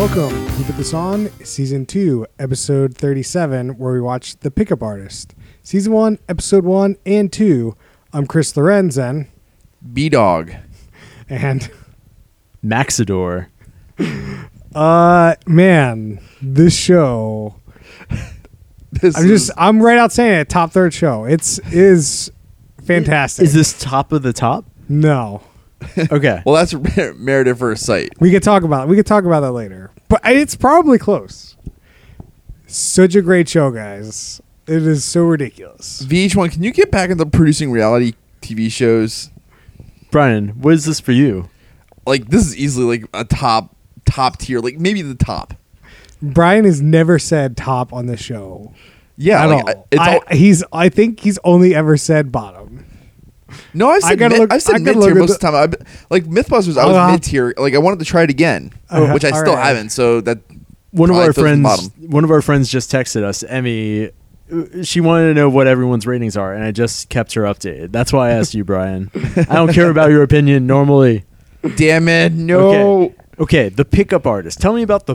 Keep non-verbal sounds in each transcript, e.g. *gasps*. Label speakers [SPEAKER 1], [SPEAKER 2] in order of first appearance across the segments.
[SPEAKER 1] Welcome to Put This On, Season 2, Episode 37, where we watch The Pickup Artist. Season 1, Episode 1 and 2. I'm Chris Lorenzen,
[SPEAKER 2] B Dog.
[SPEAKER 1] and,
[SPEAKER 3] Maxidor.
[SPEAKER 1] uh, man, this show.
[SPEAKER 2] This
[SPEAKER 1] I'm just, I'm right out saying it, top third show. It's, is fantastic.
[SPEAKER 3] Is this top of
[SPEAKER 1] *laughs*
[SPEAKER 3] the top?
[SPEAKER 1] No.
[SPEAKER 3] Okay.
[SPEAKER 2] well, that's Mer- Married at First Sight.
[SPEAKER 1] We could talk about, we could talk about that later. But it's probably close. Such a great show, guys. It is so ridiculous.
[SPEAKER 2] VH1, can you get back into producing reality TV shows?
[SPEAKER 3] Brian, what is this for you?
[SPEAKER 2] Like this is easily like a top top tier, like maybe the top.
[SPEAKER 1] Brian has never said top on the show.
[SPEAKER 2] Yeah,
[SPEAKER 1] at
[SPEAKER 2] like, I-
[SPEAKER 1] all.
[SPEAKER 2] it's
[SPEAKER 1] I,
[SPEAKER 2] all,
[SPEAKER 1] he's. I think he's only ever said bottom. *laughs*
[SPEAKER 2] no. I've said,
[SPEAKER 1] I gotta
[SPEAKER 2] mid,
[SPEAKER 1] look-
[SPEAKER 2] I've
[SPEAKER 1] I
[SPEAKER 2] said
[SPEAKER 1] gotta
[SPEAKER 2] mid
[SPEAKER 1] look
[SPEAKER 2] tier
[SPEAKER 1] at
[SPEAKER 2] most of the time. I've, been- like MythBusters, I was
[SPEAKER 1] Uh-huh.
[SPEAKER 2] mid tier. Like I wanted to try it again,
[SPEAKER 1] Uh-huh.
[SPEAKER 2] which I still
[SPEAKER 1] Alright.
[SPEAKER 2] haven't. So that
[SPEAKER 3] One
[SPEAKER 2] probably
[SPEAKER 3] of our
[SPEAKER 2] throws it
[SPEAKER 3] friends,
[SPEAKER 2] bottom.
[SPEAKER 3] one of our friends just texted us, Emmy. uh, She wanted to know what everyone's ratings are, and I just kept her updated. That's why I asked you, Brian. I don't care about your
[SPEAKER 1] *laughs*
[SPEAKER 3] opinion normally.
[SPEAKER 2] Damn it! No.
[SPEAKER 3] Okay. Okay. The pickup artist. Tell me about the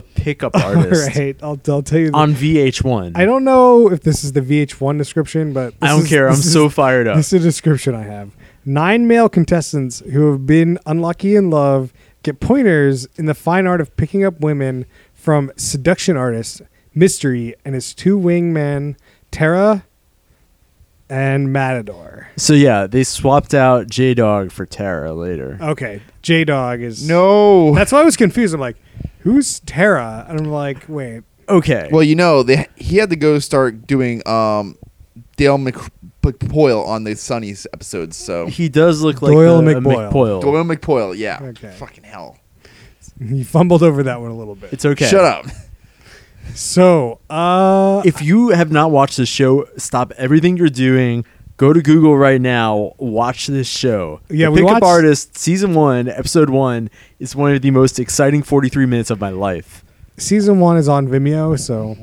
[SPEAKER 1] *laughs*
[SPEAKER 3] pickup
[SPEAKER 1] All
[SPEAKER 3] artist
[SPEAKER 1] right, I'll, I'll tell you.
[SPEAKER 3] on VH1.
[SPEAKER 1] I don't know if this is the VH1 description, but
[SPEAKER 3] I
[SPEAKER 1] this
[SPEAKER 3] don't
[SPEAKER 1] is-
[SPEAKER 3] care. I'm
[SPEAKER 1] this is-
[SPEAKER 3] so fired up.
[SPEAKER 1] This is a description I have. Nine male contestants who have been unlucky in love get pointers in the fine art of picking up women from seduction artist Mystery and his two wingmen Tara and Matador.
[SPEAKER 3] So yeah, they swapped out J Dog for Tara later.
[SPEAKER 1] Okay, J Dog is
[SPEAKER 2] No.
[SPEAKER 1] That's why I was confused. I'm like, who's Tara? And I'm like, wait.
[SPEAKER 3] Okay.
[SPEAKER 2] Well, you know, they he had to go start doing um Dale Mc- McPoyle on the Sunny's episodes. So
[SPEAKER 3] he does look like
[SPEAKER 1] Doyle
[SPEAKER 3] the,
[SPEAKER 1] McBoyle.
[SPEAKER 3] McPoyle.
[SPEAKER 2] Doyle McPoyle, yeah.
[SPEAKER 1] Okay.
[SPEAKER 2] Fucking hell.
[SPEAKER 1] You fumbled over that one a little bit.
[SPEAKER 3] It's okay.
[SPEAKER 2] Shut up. *laughs*
[SPEAKER 1] so, uh,
[SPEAKER 3] if you have not watched this show, stop everything you're doing. Go to Google right now. Watch this show.
[SPEAKER 1] Yeah,
[SPEAKER 3] the
[SPEAKER 1] we
[SPEAKER 3] Pickup
[SPEAKER 1] watched-
[SPEAKER 3] Artist season one, episode one is one of the most exciting 43 minutes of my life.
[SPEAKER 1] season one is on Vimeo, so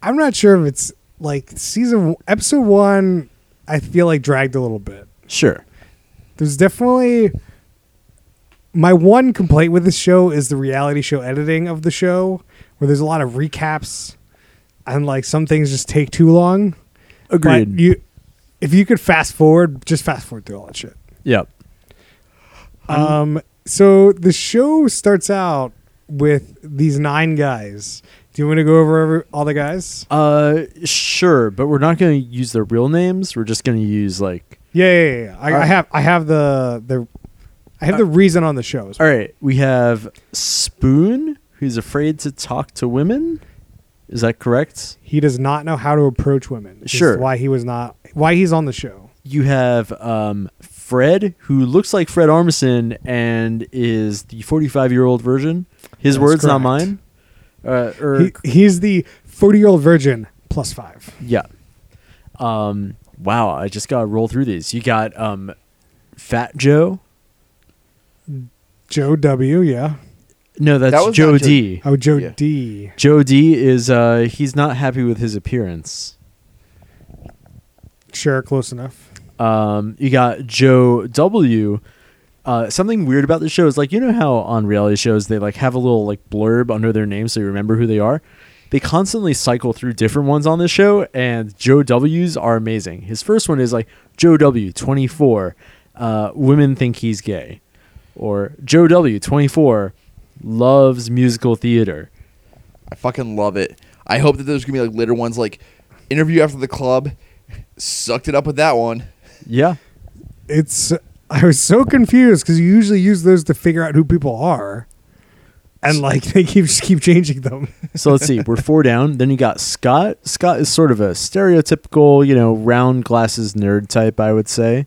[SPEAKER 1] I'm not sure if it's like season episode one. I feel like dragged a little bit.
[SPEAKER 3] Sure.
[SPEAKER 1] There's definitely my one complaint with this show is the reality show editing of the show, where there's a lot of recaps and like some things just take too long.
[SPEAKER 3] Agreed.
[SPEAKER 1] But you, if you could fast forward, just fast forward through all that shit.
[SPEAKER 3] yep. Uh-huh.
[SPEAKER 1] Um, so the show starts out with these nine guys. Do you want to go over every, all the guys?
[SPEAKER 3] Uh, sure, but we're not going to use their real names. We're just going to use like.
[SPEAKER 1] Yeah, yeah, yeah. yeah. I,
[SPEAKER 3] Uh,
[SPEAKER 1] I have, I have the the, I have the reason on the show.
[SPEAKER 3] All right, we have Spoon, who's afraid to talk to women. Is that correct?
[SPEAKER 1] He does not know how to approach women. This is
[SPEAKER 3] Sure.
[SPEAKER 1] why he was not, why he's on the show.
[SPEAKER 3] you have um, Fred, who looks like Fred Armisen and is the 45 year old version. His
[SPEAKER 1] That's
[SPEAKER 3] words,
[SPEAKER 1] correct.
[SPEAKER 3] not mine. Uh, or,
[SPEAKER 1] He, he's the forty-year-old virgin plus five.
[SPEAKER 3] yeah. Um, wow, I just got to roll through these. You got um, Fat Joe.
[SPEAKER 1] Joe W. Yeah.
[SPEAKER 3] No, that's
[SPEAKER 2] That was not
[SPEAKER 3] Joe
[SPEAKER 2] Joe-
[SPEAKER 3] D.
[SPEAKER 1] Oh, Joe
[SPEAKER 2] Yeah.
[SPEAKER 1] D.
[SPEAKER 3] Joe D is, uh, he's not happy with his appearance.
[SPEAKER 1] Sure, close enough.
[SPEAKER 3] Um, you got Joe W. Uh, something weird about the show is like you know how on reality shows they like have a little like blurb under their name so you remember who they are. They constantly cycle through different ones on this show, and Joe W's are amazing. His first one is like Joe W, 24, uh, women think he's gay, or Joe W, 24, loves musical theater.
[SPEAKER 2] I fucking love it. I hope that there's gonna be like later ones like interview after the club. Sucked it up with that one.
[SPEAKER 3] Yeah,
[SPEAKER 1] it's I was so confused because you usually use those to figure out who people are, and like they keep just keep changing them. *laughs*
[SPEAKER 3] so let's see. We're four down. Then you got Scott. Scott is sort of a stereotypical, you know, round glasses nerd type, I would say.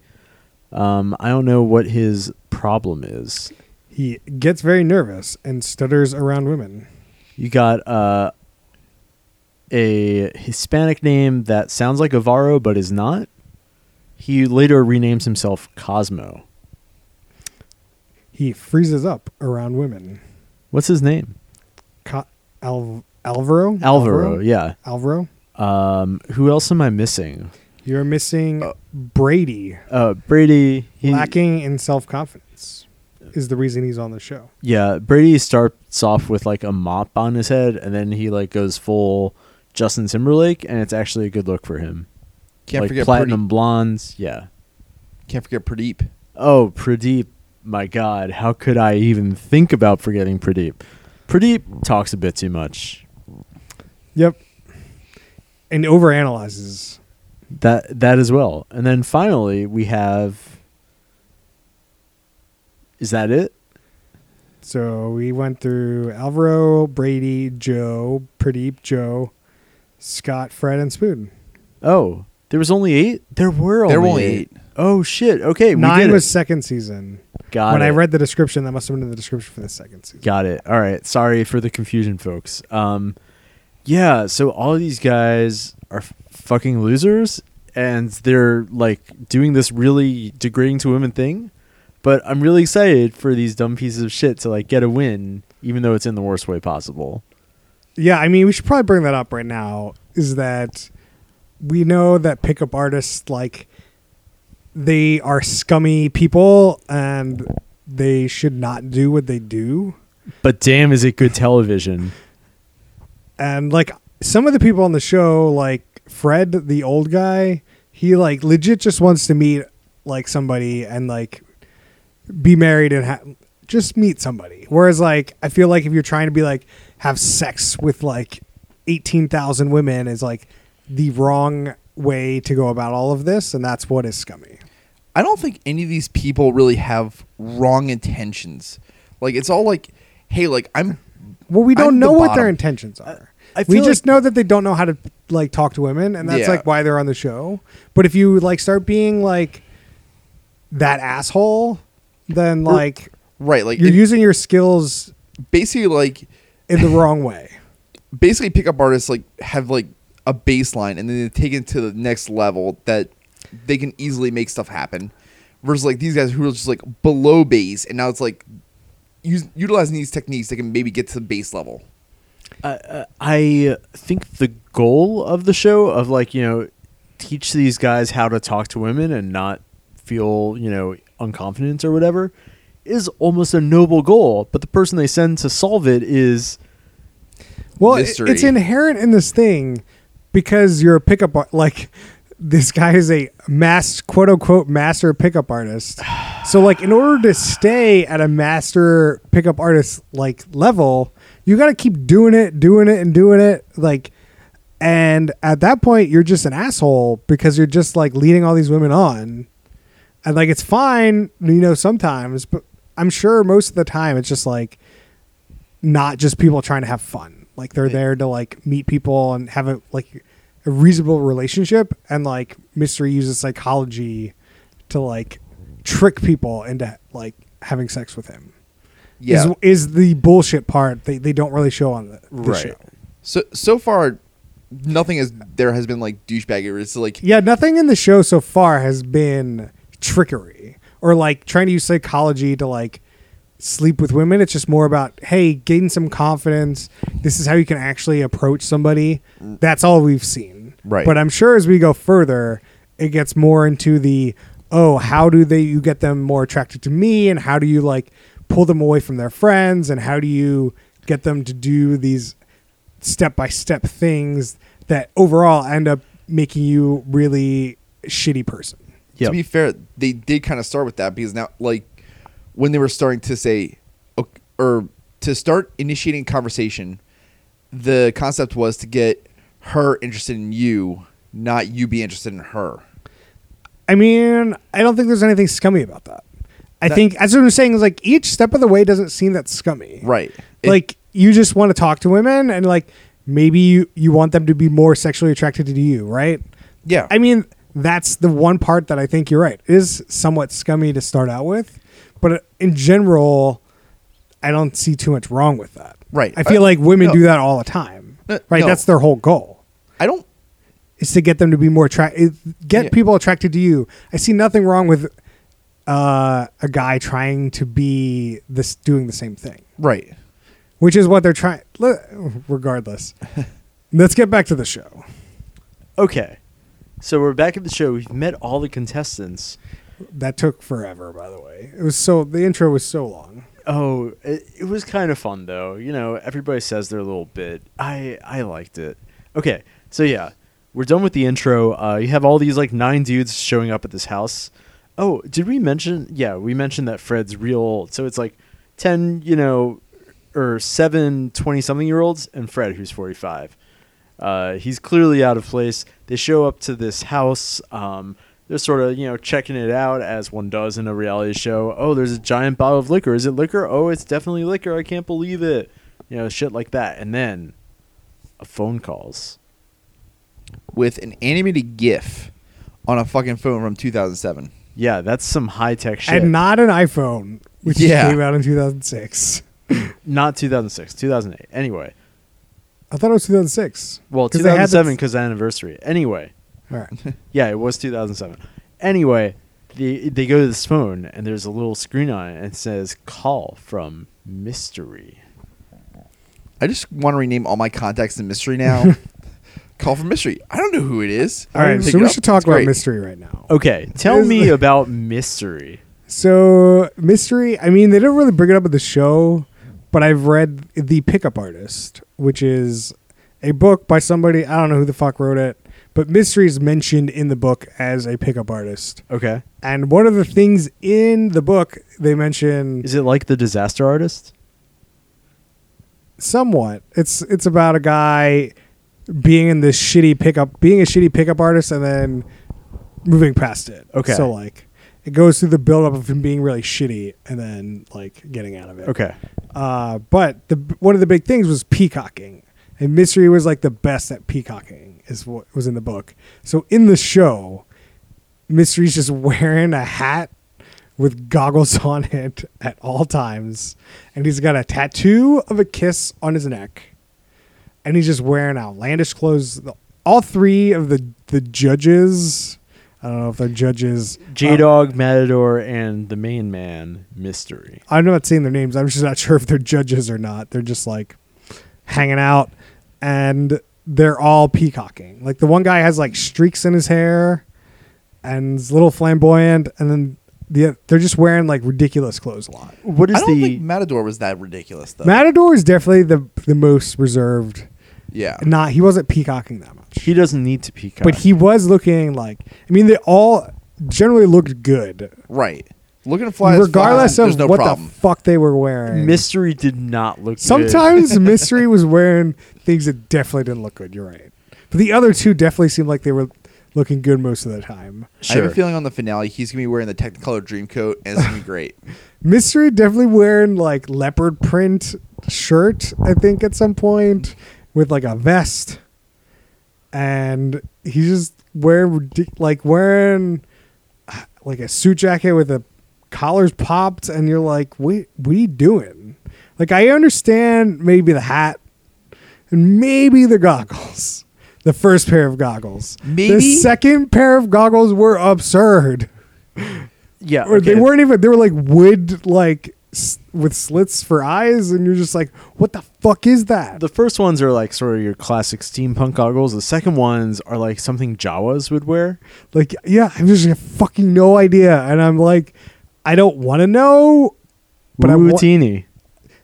[SPEAKER 3] Um, I don't know what his problem is.
[SPEAKER 1] He gets very nervous and stutters around women.
[SPEAKER 3] You got uh, a Hispanic name that sounds like Avaro but is not. He later renames himself Cosmo.
[SPEAKER 1] He freezes up around women.
[SPEAKER 3] What's his name?
[SPEAKER 1] Co- Al- Alvaro.
[SPEAKER 3] Alvaro, yeah.
[SPEAKER 1] Alvaro.
[SPEAKER 3] Um, who else am I missing?
[SPEAKER 1] You're missing Brady,
[SPEAKER 3] Uh, Brady. He,
[SPEAKER 1] lacking in self confidence. is the reason he's on the show.
[SPEAKER 3] Yeah, Brady starts off with like a mop on his head, and then he like goes full Justin Timberlake, and it's actually a good look for him.
[SPEAKER 2] Can't
[SPEAKER 3] like
[SPEAKER 2] forget
[SPEAKER 3] platinum blondes. Yeah.
[SPEAKER 2] Pradeep. Can't forget Pradeep.
[SPEAKER 3] Oh, Pradeep. My God, how could I even think about forgetting Pradeep? Pradeep talks a bit too much.
[SPEAKER 1] Yep. And overanalyzes.
[SPEAKER 3] That that as well. And then finally we have. Is that it?
[SPEAKER 1] So we went through Alvaro, Brady, Joe, Pradeep, Joe, Scott, Fred, and Spoon.
[SPEAKER 3] Oh, there was only eight. There were only,
[SPEAKER 2] There were only eight.
[SPEAKER 3] Oh shit. Okay, we
[SPEAKER 1] Nine
[SPEAKER 3] did
[SPEAKER 1] was
[SPEAKER 3] it.
[SPEAKER 1] second season.
[SPEAKER 3] Got
[SPEAKER 1] when
[SPEAKER 3] it.
[SPEAKER 1] I read the description, that must have been in the description for the second season.
[SPEAKER 3] Got it. All right. Sorry for the confusion, folks. Um, yeah. So all these guys are f- fucking losers, and they're like doing this really degrading to women thing. But I'm really excited for these dumb pieces of shit to like get a win, even though it's in the worst way possible.
[SPEAKER 1] Yeah, I mean, we should probably bring that up right now. Is that we know that pickup artists like they are scummy people and they should not do what they do.
[SPEAKER 3] But damn, is it good television?
[SPEAKER 1] And like some of the people on the show, like Fred, the old guy, he like legit just wants to meet like somebody and like be married and ha- just meet somebody. Whereas like I feel like if you're trying to be like have sex with like eighteen thousand women is like the wrong way to go about all of this, and that's what is scummy.
[SPEAKER 2] I don't think any of these people really have wrong intentions. Like it's all like, hey, like I'm.
[SPEAKER 1] Well, we don't
[SPEAKER 2] I'm the
[SPEAKER 1] know what
[SPEAKER 2] bottom.
[SPEAKER 1] their intentions are.
[SPEAKER 3] I
[SPEAKER 1] we
[SPEAKER 3] feel
[SPEAKER 1] just know that they don't know how to like talk to women, and that's
[SPEAKER 2] Yeah.
[SPEAKER 1] like why they're on the show. But if you like start being like that asshole, then like
[SPEAKER 2] Right, like
[SPEAKER 1] you're
[SPEAKER 2] it-
[SPEAKER 1] using your skills
[SPEAKER 2] basically like
[SPEAKER 1] in the wrong way.
[SPEAKER 2] basically pickup artists like have like a baseline and then they take it to the next level that they can easily make stuff happen versus like these guys who are just like below base and now it's like us utilizing these techniques they can maybe get to the base level
[SPEAKER 3] I- I think the goal of the show of like you know teach these guys how to talk to women and not feel you know unconfident or whatever is almost a noble goal but the person they send to solve it is
[SPEAKER 1] Well, it-
[SPEAKER 2] Mystery.
[SPEAKER 1] it's inherent in this thing because you're a pickup ar- like this guy is a mass quote unquote master pickup artist. So like in order to stay at a master pickup artist like level, you got to keep doing it, doing it and doing it like and at that point you're just an asshole because you're just like leading all these women on. And like it's fine, you know, sometimes, but I'm sure most of the time it's just like not just people trying to have fun. Like they're there to like meet people and have a like a reasonable relationship and like mystery uses psychology to like trick people into like having sex with him.
[SPEAKER 2] yeah
[SPEAKER 1] Is is the bullshit part they, they don't really show on the, the
[SPEAKER 3] Right.
[SPEAKER 1] show.
[SPEAKER 2] so so far nothing is there has been like douchebaggery it's like
[SPEAKER 1] Yeah, nothing in the show so far has been trickery or like trying to use psychology to like sleep with women. It's just more about, hey, gain some confidence. This is how you can actually approach somebody. That's all we've seen.
[SPEAKER 2] Right.
[SPEAKER 1] But I'm sure as we go further, it gets more into the oh, how do they you get them more attracted to me and how do you like pull them away from their friends and how do you get them to do these step by step things that overall end up making you really shitty person.
[SPEAKER 3] yeah
[SPEAKER 2] to be fair, they did kind of start with that because now, like, when they were starting to say, ok- or to start initiating conversation, the concept was to get her interested in you, not you be interested in her.
[SPEAKER 1] I mean, I don't think there's anything scummy about that. I
[SPEAKER 2] That-
[SPEAKER 1] think as I'm saying is like each step of the way doesn't seem that scummy.
[SPEAKER 2] Right. It-
[SPEAKER 1] like you just want to talk to women and like maybe you, you want them to be more sexually attracted to you, right?
[SPEAKER 2] Yeah.
[SPEAKER 1] I mean, that's the one part that I think you're right. It is somewhat scummy to start out with, but in general, I don't see too much wrong with that.
[SPEAKER 2] Right.
[SPEAKER 1] I feel
[SPEAKER 2] Uh,
[SPEAKER 1] like women
[SPEAKER 2] no.
[SPEAKER 1] do that all the time.
[SPEAKER 2] Uh,
[SPEAKER 1] right?
[SPEAKER 2] no.
[SPEAKER 1] That's their whole goal
[SPEAKER 2] I don't.
[SPEAKER 1] is to get them to be more attracted, get
[SPEAKER 2] Yeah.
[SPEAKER 1] people attracted to you. I see nothing wrong with uh, a guy trying to be this doing the same thing,
[SPEAKER 2] Right.
[SPEAKER 1] which is what they're trying.
[SPEAKER 2] *laughs*
[SPEAKER 1] Regardless, let's get back to the show.
[SPEAKER 3] okay so we're back at the show we've met all the contestants
[SPEAKER 1] That took forever, by the way. It was so the intro was so long.
[SPEAKER 3] Oh, it, it was kind of fun though. You know, everybody says their little bit. I I liked it. Okay, so yeah, we're done with the intro. Uh, you have all these like nine dudes showing up at this house. Oh, did we mention? Yeah, we mentioned that Fred's real old. So it's like ten, you know, or seven 20 something year olds, and Fred, who's forty five. Uh, he's clearly out of place. They show up to this house. Um, they're sort of, you know, checking it out as one does in a reality show. Oh, there's a giant bottle of liquor. Is it liquor? Oh, it's definitely liquor. I can't believe it. You know, shit like that. And then a phone calls.
[SPEAKER 2] with an animated GIF on a fucking phone from 2007.
[SPEAKER 3] Yeah, that's some high tech shit.
[SPEAKER 1] And not an iPhone, which
[SPEAKER 2] Yeah.
[SPEAKER 1] came out in 2006.
[SPEAKER 3] Not 2006, 2008. Anyway,
[SPEAKER 1] I thought it was 2006.
[SPEAKER 3] well,
[SPEAKER 1] 'Cause they had the-
[SPEAKER 3] 2007 because anniversary. Anyway,
[SPEAKER 1] All right.
[SPEAKER 3] Yeah, it was 2007. Anyway, they they go to this phone and there's a little screen on it and it says call from mystery.
[SPEAKER 2] I just want to rename all my contacts in mystery
[SPEAKER 1] *laughs*
[SPEAKER 2] now. Call for mystery. *laughs* I don't know who it is.
[SPEAKER 1] All right,
[SPEAKER 2] Pick
[SPEAKER 1] so
[SPEAKER 2] it
[SPEAKER 1] we
[SPEAKER 2] up.
[SPEAKER 1] should talk
[SPEAKER 2] It's
[SPEAKER 1] about
[SPEAKER 2] great.
[SPEAKER 1] mystery right now.
[SPEAKER 3] Okay, tell
[SPEAKER 1] Is-
[SPEAKER 3] me about mystery.
[SPEAKER 1] So mystery. I mean, they don't really bring it up in the show, but I've read the Pickup Artist, which is a book by somebody I don't know who the fuck wrote it, but mystery is mentioned in the book as a pickup artist.
[SPEAKER 3] Okay,
[SPEAKER 1] And one of the things in the book they mention
[SPEAKER 3] is it like the disaster artist?
[SPEAKER 1] somewhat. It's it's about a guy being in this shitty pickup, being a shitty pickup artist, and then moving past it.
[SPEAKER 3] Okay.
[SPEAKER 1] So like, it goes through the buildup of him being really shitty and then like getting out of it.
[SPEAKER 3] Okay,
[SPEAKER 1] Uh, but the one of the big things was peacocking, and Mystery was like the best at peacocking, is what was in the book. So in the show, Mystery's just *laughs* wearing a hat with goggles *laughs* on it at all times, and he's got a tattoo of a kiss on his neck, and he's just wearing outlandish clothes. The- All three of the the judges, I don't know if they're judges.
[SPEAKER 3] J Dog, Matador, and the main man, mystery.
[SPEAKER 1] I'm not saying their names. I'm just not *laughs* sure if they're judges or not. They're just like hanging out and they're all peacocking. Like the one guy has like streaks in his hair and is a little flamboyant and then the they're just wearing like ridiculous clothes a lot.
[SPEAKER 3] What
[SPEAKER 2] I
[SPEAKER 3] is
[SPEAKER 2] don't
[SPEAKER 3] the
[SPEAKER 2] think Matador was that ridiculous though.
[SPEAKER 1] Matador is definitely the the most reserved.
[SPEAKER 2] yeah.
[SPEAKER 1] Not he wasn't peacocking that much.
[SPEAKER 3] he doesn't need to peacock,
[SPEAKER 1] But he was looking like I mean they all generally looked good.
[SPEAKER 2] Right. Looking fly as
[SPEAKER 1] regardless
[SPEAKER 2] flies,
[SPEAKER 1] of
[SPEAKER 2] there's no
[SPEAKER 1] what
[SPEAKER 2] problem.
[SPEAKER 1] the fuck they were wearing.
[SPEAKER 3] mystery did not look. good.
[SPEAKER 1] Sometimes Mystery was wearing things that definitely didn't look good. You're right. But the other two definitely seemed like they were looking good most of the time.
[SPEAKER 2] I have
[SPEAKER 3] sure.
[SPEAKER 2] a feeling on the finale he's gonna be wearing the Technicolor dream coat and it's gonna be
[SPEAKER 1] *laughs*
[SPEAKER 2] great.
[SPEAKER 1] Mystery definitely wearing like leopard print shirt, I think, at some point with like a vest. And he's just wearing ridic- like wearing uh, like a suit jacket with the collars popped, and you're like, "What? What are you doing?" Like, I understand maybe the hat and maybe the goggles, the first pair of goggles. the
[SPEAKER 2] Maybe?
[SPEAKER 1] second pair of goggles were absurd
[SPEAKER 3] yeah,
[SPEAKER 1] or they
[SPEAKER 3] okay.
[SPEAKER 1] weren't even they were like wood like s- with slits for eyes and you're just like what the fuck is that
[SPEAKER 3] The first ones are like sort of your classic steampunk goggles. The second ones are like something Jawas would wear.
[SPEAKER 1] like yeah i just have fucking no idea and i'm like i don't want to know But I wa-
[SPEAKER 3] Boutini.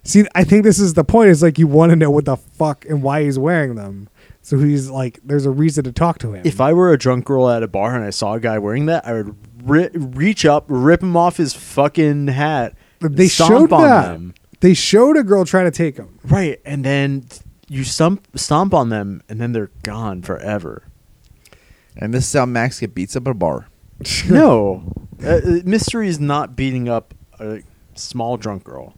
[SPEAKER 1] see i think this is the point is like you want to know what the fuck and why he's wearing them so he's like there's a reason to talk to him
[SPEAKER 3] If I were a drunk girl at a bar and I saw a guy wearing that, I would ri- reach up, rip him off his fucking hat.
[SPEAKER 1] But they
[SPEAKER 3] stomp
[SPEAKER 1] showed
[SPEAKER 3] on
[SPEAKER 1] that
[SPEAKER 3] them.
[SPEAKER 1] they showed a girl trying to take him
[SPEAKER 3] Right, and then you stomp stomp on them, and then they're
[SPEAKER 1] *laughs*
[SPEAKER 3] gone forever.
[SPEAKER 2] And this is how Max get beats up at a bar.
[SPEAKER 3] no, Uh, uh, mystery is not beating up a small drunk girl.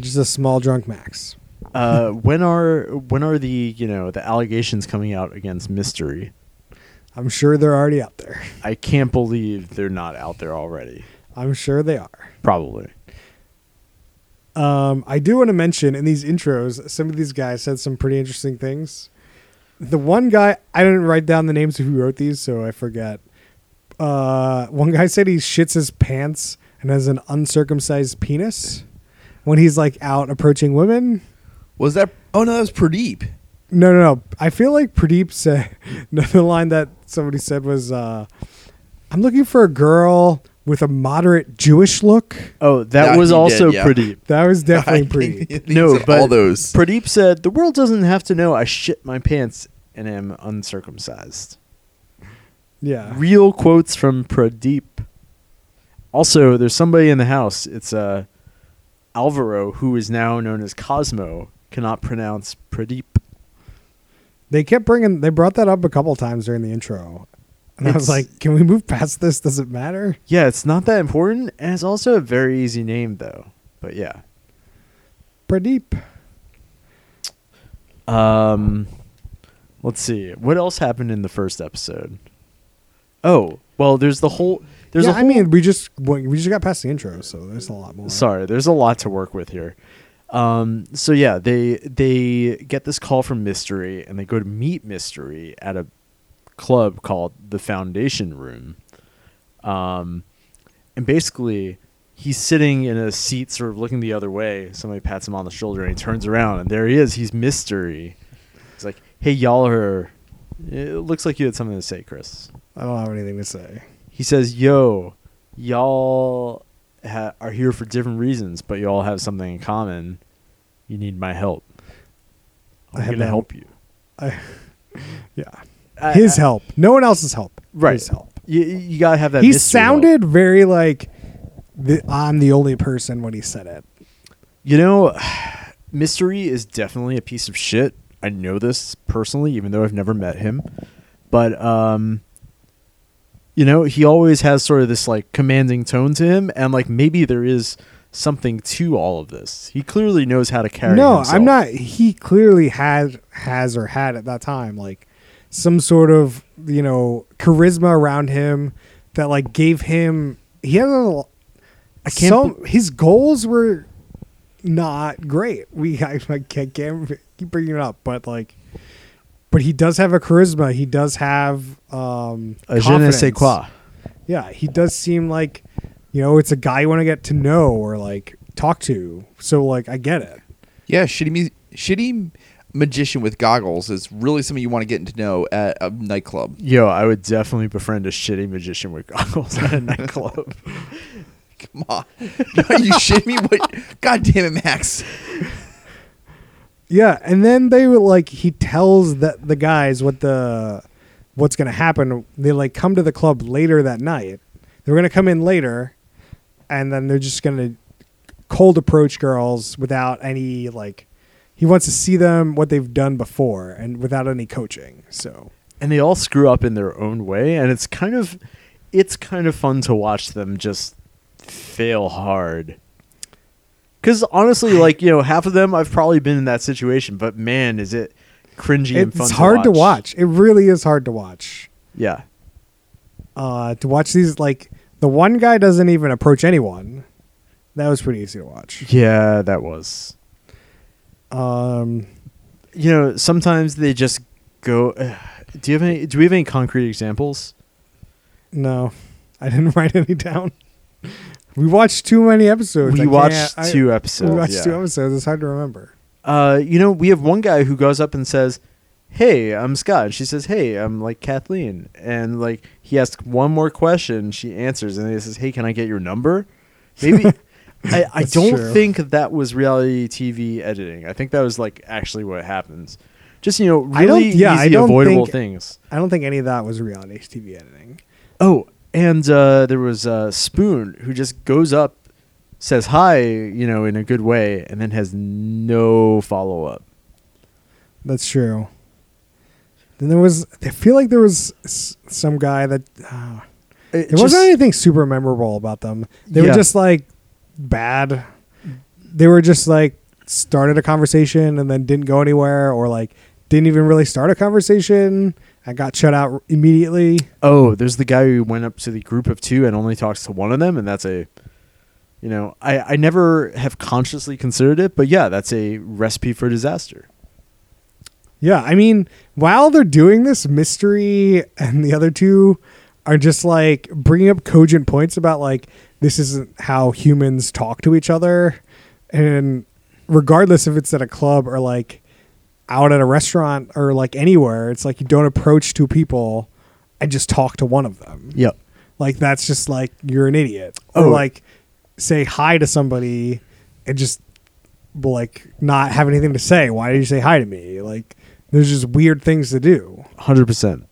[SPEAKER 1] just a small drunk max *laughs*
[SPEAKER 3] Uh, when are when are the you know the allegations coming out against mystery?
[SPEAKER 1] i'm sure they're already out there
[SPEAKER 3] I can't believe they're not out there already.
[SPEAKER 1] i'm sure they are
[SPEAKER 3] Probably.
[SPEAKER 1] Um, I do want to mention in these intros, some of these guys said some pretty interesting things. The one guy, I didn't write down the names of who wrote these, so I forget. Uh, one guy said he shits his pants and has an uncircumcised penis when he's like out approaching women.
[SPEAKER 2] Was that oh no, that was Pradeep. *laughs*
[SPEAKER 1] No, *laughs* no, no. I feel like Pradeep said another line that somebody said was, uh, I'm looking for a girl with a moderate Jewish look.
[SPEAKER 3] Oh, that
[SPEAKER 2] Nah,
[SPEAKER 3] was
[SPEAKER 2] he did,
[SPEAKER 3] also
[SPEAKER 2] yeah.
[SPEAKER 3] Pradeep.
[SPEAKER 1] That was
[SPEAKER 2] I
[SPEAKER 1] definitely
[SPEAKER 2] think
[SPEAKER 1] pretty.
[SPEAKER 2] he- he
[SPEAKER 3] No,
[SPEAKER 2] said
[SPEAKER 3] but
[SPEAKER 2] all those.
[SPEAKER 3] Pradeep said, "The world doesn't have to know I shit my pants and am uncircumcised."
[SPEAKER 1] Yeah.
[SPEAKER 3] Real quotes from Pradeep. Also, there's somebody in the house. It's uh, Alvaro, who is now known as Cosmo, cannot pronounce Pradeep.
[SPEAKER 1] They kept bringing. They brought that up a couple times during the intro, and I was
[SPEAKER 3] It's-
[SPEAKER 1] like, "Can we move past this? Does it matter?"
[SPEAKER 3] Yeah, it's not that important, and it's also a very easy name, though. But yeah.
[SPEAKER 1] Pradeep.
[SPEAKER 3] Um, let's see. What else happened in the first episode? Oh, well, there's the whole. There's
[SPEAKER 1] yeah,
[SPEAKER 3] a whole,
[SPEAKER 1] I mean, we just we we just got past the intro, so there's a lot more.
[SPEAKER 3] Sorry, there's a lot to work with here. Um, so yeah, they they get this call from Mystery, and they go to meet Mystery at a club called the Foundation Room. Um, and basically, he's sitting in a seat, sort of looking the other way. Somebody pats him on the shoulder, and he turns around, and there he is. He's Mystery. He's like, "Hey, y'all are." It looks like you had something to say, Chris
[SPEAKER 1] I don't have anything to say.
[SPEAKER 3] he says, "Yo, y'all ha- are here for different reasons, but y'all have something in common. You need my help.
[SPEAKER 1] I
[SPEAKER 3] I'm
[SPEAKER 1] have
[SPEAKER 3] gonna
[SPEAKER 1] no-
[SPEAKER 3] help you."
[SPEAKER 1] I, *laughs* yeah,
[SPEAKER 3] I-
[SPEAKER 1] his
[SPEAKER 3] I-
[SPEAKER 1] help, no one else's help.
[SPEAKER 3] Right.
[SPEAKER 1] his help.
[SPEAKER 3] You, you gotta have that.
[SPEAKER 1] He
[SPEAKER 3] mystery help.
[SPEAKER 1] sounded very like the, I'm the only person when he said it.
[SPEAKER 3] You know, *sighs* mystery is definitely a piece of shit. I know this personally, even though I've never met him. But um, you know, he always has sort of this like commanding tone to him, and like maybe there is something to all of this. He clearly knows how to carry.
[SPEAKER 1] No,
[SPEAKER 3] himself.
[SPEAKER 1] I'm not. He clearly had has or had at that time like some sort of you know charisma around him that like gave him. He had a. l-
[SPEAKER 3] I can't
[SPEAKER 1] Some his goals were not great. We *laughs* I, I can't, can't keep bringing it up, but like, but he does have a charisma. He does have um
[SPEAKER 3] a je ne sais
[SPEAKER 1] confidence.
[SPEAKER 3] quoi.
[SPEAKER 1] Yeah, he does seem like you know it's a guy you want to get to know or like talk to. So like I get it.
[SPEAKER 2] Yeah, shitty, mu- shitty magician with goggles is really something you want to get to know at a nightclub. *laughs*
[SPEAKER 3] Yo, I would definitely befriend a shitty magician with goggles at a nightclub.
[SPEAKER 2] Come on, *laughs* are you shitting me? What? God damn it, Max!
[SPEAKER 1] Yeah, and then they were like he tells the the guys what the what's gonna happen. They like come to the club later that night. They're gonna come in later, and then they're just gonna cold approach girls without any like. He wants to see them what they've done before and without any coaching. So
[SPEAKER 3] and they all screw up in their own way, and it's kind of it's kind of fun to watch them just fail hard. Cause honestly, like, you know, half of them I've probably been in that situation, but man, is it cringy and fun
[SPEAKER 1] it's hard
[SPEAKER 3] to
[SPEAKER 1] to watch. It really is hard to watch.
[SPEAKER 3] Yeah.
[SPEAKER 1] Uh, to watch these like the one guy doesn't even approach anyone. That was pretty easy to
[SPEAKER 3] *laughs*
[SPEAKER 1] watch.
[SPEAKER 3] Yeah, that was.
[SPEAKER 1] Um,
[SPEAKER 3] You know, sometimes they just go do you have any do we have any concrete examples?
[SPEAKER 1] No, I didn't *laughs* write any down. We watched too many episodes.
[SPEAKER 3] We
[SPEAKER 1] I can't-
[SPEAKER 3] watched
[SPEAKER 1] I-
[SPEAKER 3] two episodes.
[SPEAKER 1] We watched
[SPEAKER 3] yeah.
[SPEAKER 1] two episodes. It's hard to remember.
[SPEAKER 3] uh, you know, we have one guy who goes up and says, "Hey, I'm Scott." And she says, "Hey, I'm like Kathleen." And like he asks one more question, she answers, and he says, "Hey, can I get your number?"
[SPEAKER 1] *laughs*
[SPEAKER 3] Maybe I, I
[SPEAKER 1] That's
[SPEAKER 3] don't
[SPEAKER 1] true.
[SPEAKER 3] think that was reality TV editing. I think that was like actually what happens. Just you know, really
[SPEAKER 1] I don't- yeah, I
[SPEAKER 3] easy
[SPEAKER 1] don't
[SPEAKER 3] avoidable
[SPEAKER 1] think-
[SPEAKER 3] things.
[SPEAKER 1] I don't think any of that was reality TV editing.
[SPEAKER 3] Oh, and uh, there was uh, Spoon who just goes up, says hi, you know, in a good way, and then has no follow up.
[SPEAKER 1] That's true. Then there was. I feel like there was s- some guy that uh, it wasn't anything super memorable about them. They were
[SPEAKER 3] Yeah.
[SPEAKER 1] just like bad. They were just like started a conversation and then didn't go anywhere, or like didn't even really start a conversation. I got shut out immediately.
[SPEAKER 3] oh, there's the guy who went up to the group of two and only talks to one of them, and that's a, you know, I, I never have consciously considered it, but yeah, that's a recipe for disaster.
[SPEAKER 1] Yeah, I mean, while they're doing this, mystery and the other two are just like bringing up cogent points about like this isn't how humans talk to each other, and regardless if it's at a club or like out at a restaurant or like anywhere, it's like you don't approach two people and just talk to one of them.
[SPEAKER 3] Yep.
[SPEAKER 1] Like that's just like you're an idiot. Or
[SPEAKER 3] Oh.
[SPEAKER 1] like say hi to somebody and just like not have anything to say. Why did you say hi to me? Like there's just weird things to do.
[SPEAKER 3] Hundred percent.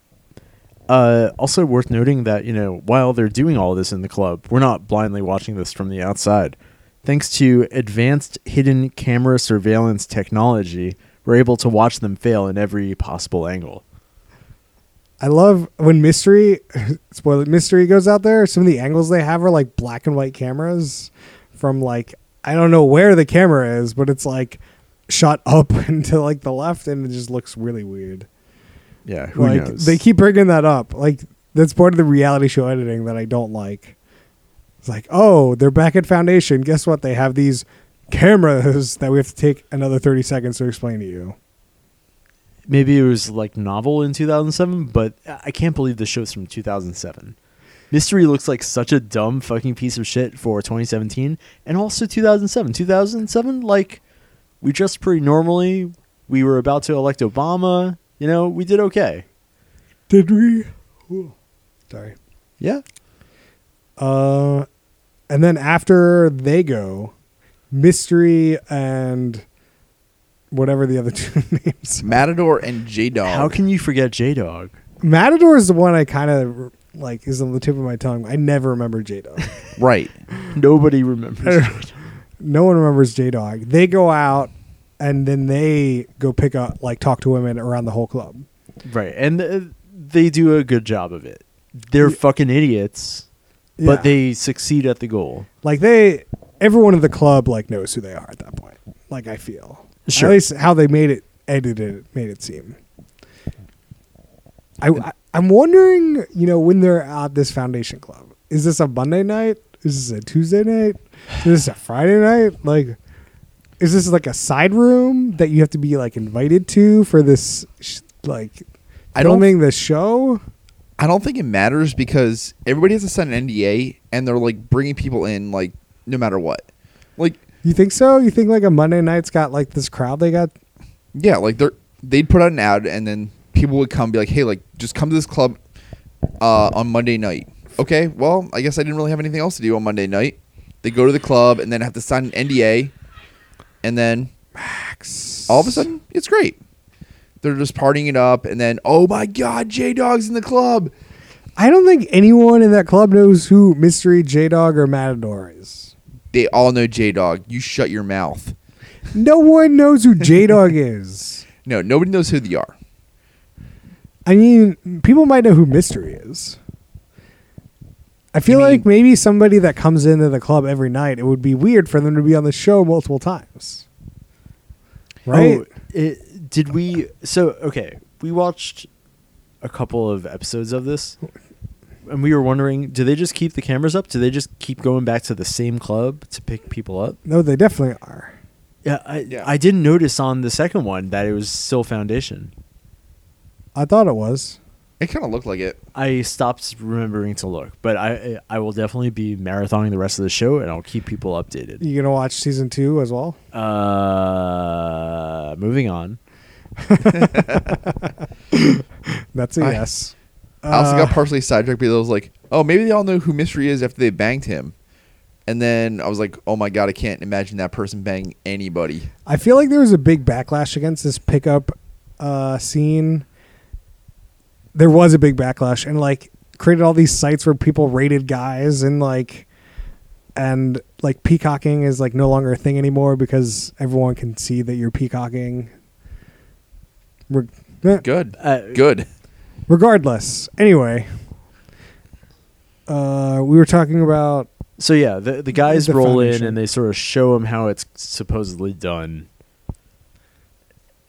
[SPEAKER 3] Uh, also worth noting that you know while they're doing all this in the club, we're not blindly watching this from the outside. Thanks to advanced hidden camera surveillance technology, we're able to watch them fail in every possible angle.
[SPEAKER 1] I love when mystery *laughs* spoiler mystery goes out there. Some of the angles they have are like black and white cameras from like I don't know where the camera is, but it's like shot *laughs* up and to like the left, and it just looks really weird.
[SPEAKER 3] Yeah, who
[SPEAKER 1] like
[SPEAKER 3] knows?
[SPEAKER 1] they keep bringing that up. Like that's part of the reality show editing that I don't like. It's like, oh, they're back at Foundation. Guess what? They have these cameras *laughs* that we have to take another thirty seconds to explain to you.
[SPEAKER 3] Maybe it was like novel in 2007, but I I can't believe the show's from 2007. Mystery looks like such a dumb fucking piece of shit for 2017 and also 2007. 2007, like, we dressed pretty normally. We were about to elect Obama. You know, we did okay.
[SPEAKER 1] Did we? Sorry.
[SPEAKER 3] Yeah.
[SPEAKER 1] Uh, and then after they go, Mystery and whatever the other *laughs* two names.
[SPEAKER 2] Matador and J Dog.
[SPEAKER 3] How can you forget J Dog?
[SPEAKER 1] Matador is the one I kind of like is on the tip of my tongue. I never remember J Dog.
[SPEAKER 2] right?
[SPEAKER 3] Nobody remembers. J-Dog.
[SPEAKER 1] no one remembers J Dog. They go out and then they go pick up like talk to women around the whole club.
[SPEAKER 3] right. And uh, they do a good job of it. They're fucking idiots,
[SPEAKER 1] Yeah.
[SPEAKER 3] but they succeed at the goal.
[SPEAKER 1] like they everyone in the club like knows who they are at that point. Like I feel
[SPEAKER 3] Sure.
[SPEAKER 1] at least how they made it edited it made it seem. I, I I'm wondering you know when they're at this foundation club is this a Monday night is this a Tuesday night is this a Friday night like is this like a side room that you have to be like invited to for this sh- like
[SPEAKER 2] I don't-
[SPEAKER 1] filming the show
[SPEAKER 2] I don't think it matters because everybody has to sign an NDA, and they're like bringing people in like no matter what. Like
[SPEAKER 1] you think so you think like a Monday night's got like this crowd they got
[SPEAKER 2] yeah, like they're they'd put out an ad, and then people would come be like, hey, like just come to this club uh, on Monday night. Okay, well, I guess I didn't really have anything else to do on Monday night. They go to the club and then have to sign an NDA, and then all of a sudden it's great. They're just partying it up, and then oh my god, J Dog's in the club.
[SPEAKER 1] I don't think anyone in that club knows who Mystery J Dog or Matador is.
[SPEAKER 2] They all know J Dog. You shut your mouth.
[SPEAKER 1] No one knows who J
[SPEAKER 2] *laughs*
[SPEAKER 1] Dog is.
[SPEAKER 2] No, nobody knows who they are.
[SPEAKER 1] I mean, people might know who Mystery is. I feel
[SPEAKER 2] mean-
[SPEAKER 1] like maybe somebody that comes into the club every night, it would be weird for them to be on the show multiple times. Right?
[SPEAKER 3] Oh, it, did we? So okay, we watched a couple of episodes of this, and we were wondering: do they just keep the cameras up? Do they just keep going back to the same club to pick people up?
[SPEAKER 1] No, they definitely are.
[SPEAKER 3] Yeah, I
[SPEAKER 2] Yeah.
[SPEAKER 3] I didn't notice on the second one that it was still Foundation.
[SPEAKER 1] I thought it was.
[SPEAKER 2] It kind of looked like it.
[SPEAKER 3] I stopped remembering to look, but I I will definitely be marathoning the rest of the show, and I'll keep people updated.
[SPEAKER 1] You gonna watch season two as well?
[SPEAKER 3] Uh, moving on.
[SPEAKER 1] That's a
[SPEAKER 2] I-
[SPEAKER 1] yes.
[SPEAKER 2] I also
[SPEAKER 1] Uh,
[SPEAKER 2] got partially sidetracked because I was like, oh, maybe they all know who Mystery is after they banged him. And then I was like, oh my God, I can't imagine that person banging anybody.
[SPEAKER 1] I feel like there was a big backlash against this pickup uh, scene. There was a big backlash, and like created all these sites where people rated guys, and like, and like peacocking is like no longer a thing anymore because everyone can see that you're peacocking. Re- eh,
[SPEAKER 2] Good.
[SPEAKER 3] Uh,
[SPEAKER 2] Good.
[SPEAKER 1] regardless, anyway, uh, we were talking about
[SPEAKER 3] So yeah, the the guys
[SPEAKER 1] The
[SPEAKER 3] roll
[SPEAKER 1] foundation.
[SPEAKER 3] in and they sort of show him how it's supposedly done.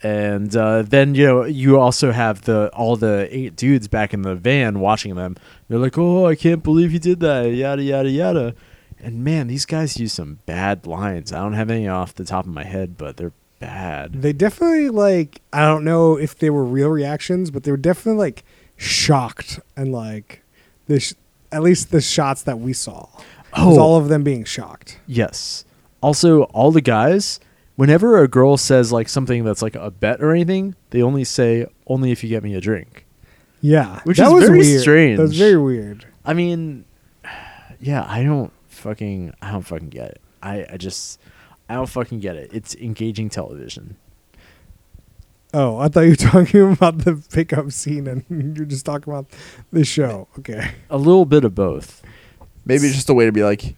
[SPEAKER 3] And uh, then you know you also have the all the eight dudes back in the van watching them. They're like, "Oh, I can't believe he did that!" Yada yada yada. And man, these guys use some bad lines. I don't have any off the top of my head, but they're bad.
[SPEAKER 1] They definitely like I don't know if they were real reactions, but they were definitely like shocked and like this at least the shots that we saw. It was
[SPEAKER 3] Oh.
[SPEAKER 1] all of them being shocked.
[SPEAKER 3] Yes. Also, all the guys, whenever a girl says like something that's like a bet or anything, they only say, "Only if you get me a drink."
[SPEAKER 1] Yeah.
[SPEAKER 3] Which
[SPEAKER 1] is
[SPEAKER 3] is very
[SPEAKER 1] That was
[SPEAKER 3] strange.
[SPEAKER 1] very weird.
[SPEAKER 3] I mean, yeah, I don't fucking, I don't fucking get it. I, I just, I don't fucking get it. It's engaging television.
[SPEAKER 1] Oh, I thought you were *laughs* talking about the pickup scene, and *laughs* you're just talking about the show. Okay.
[SPEAKER 3] A little bit of both.
[SPEAKER 2] Maybe it's just a way to be like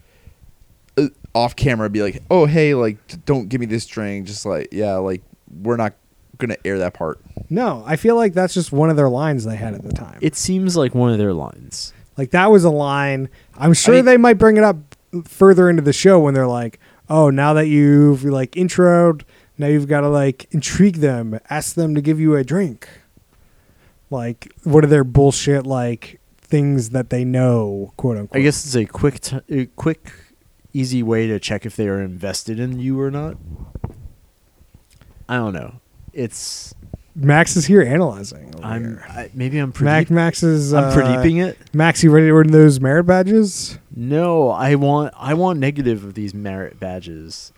[SPEAKER 2] uh, off camera, be like, oh hey, like d- don't give me this string. Just like yeah, like we're not gonna air that part.
[SPEAKER 1] No, I feel like that's just one of their lines they had at the time.
[SPEAKER 3] It seems like one of their lines.
[SPEAKER 1] like that was a line. I'm sure
[SPEAKER 2] mean-
[SPEAKER 1] they might bring it up further into the show when they're like, "Oh, now that you've like introed, now you've got to like intrigue them, ask them to give you a drink." Like, what are their bullshit like things that they know, quote unquote?
[SPEAKER 3] I guess it's a quick, t- a quick, easy way to check if they are invested in you or not. I don't know. It's
[SPEAKER 1] Max is here analyzing. over
[SPEAKER 3] I'm
[SPEAKER 1] here.
[SPEAKER 3] I, maybe I'm
[SPEAKER 1] Mac
[SPEAKER 3] predip-
[SPEAKER 1] Max is. Uh,
[SPEAKER 3] I'm predeeping it.
[SPEAKER 1] Max, you ready to earn those merit badges?
[SPEAKER 3] No, I want I want negative of these merit badges.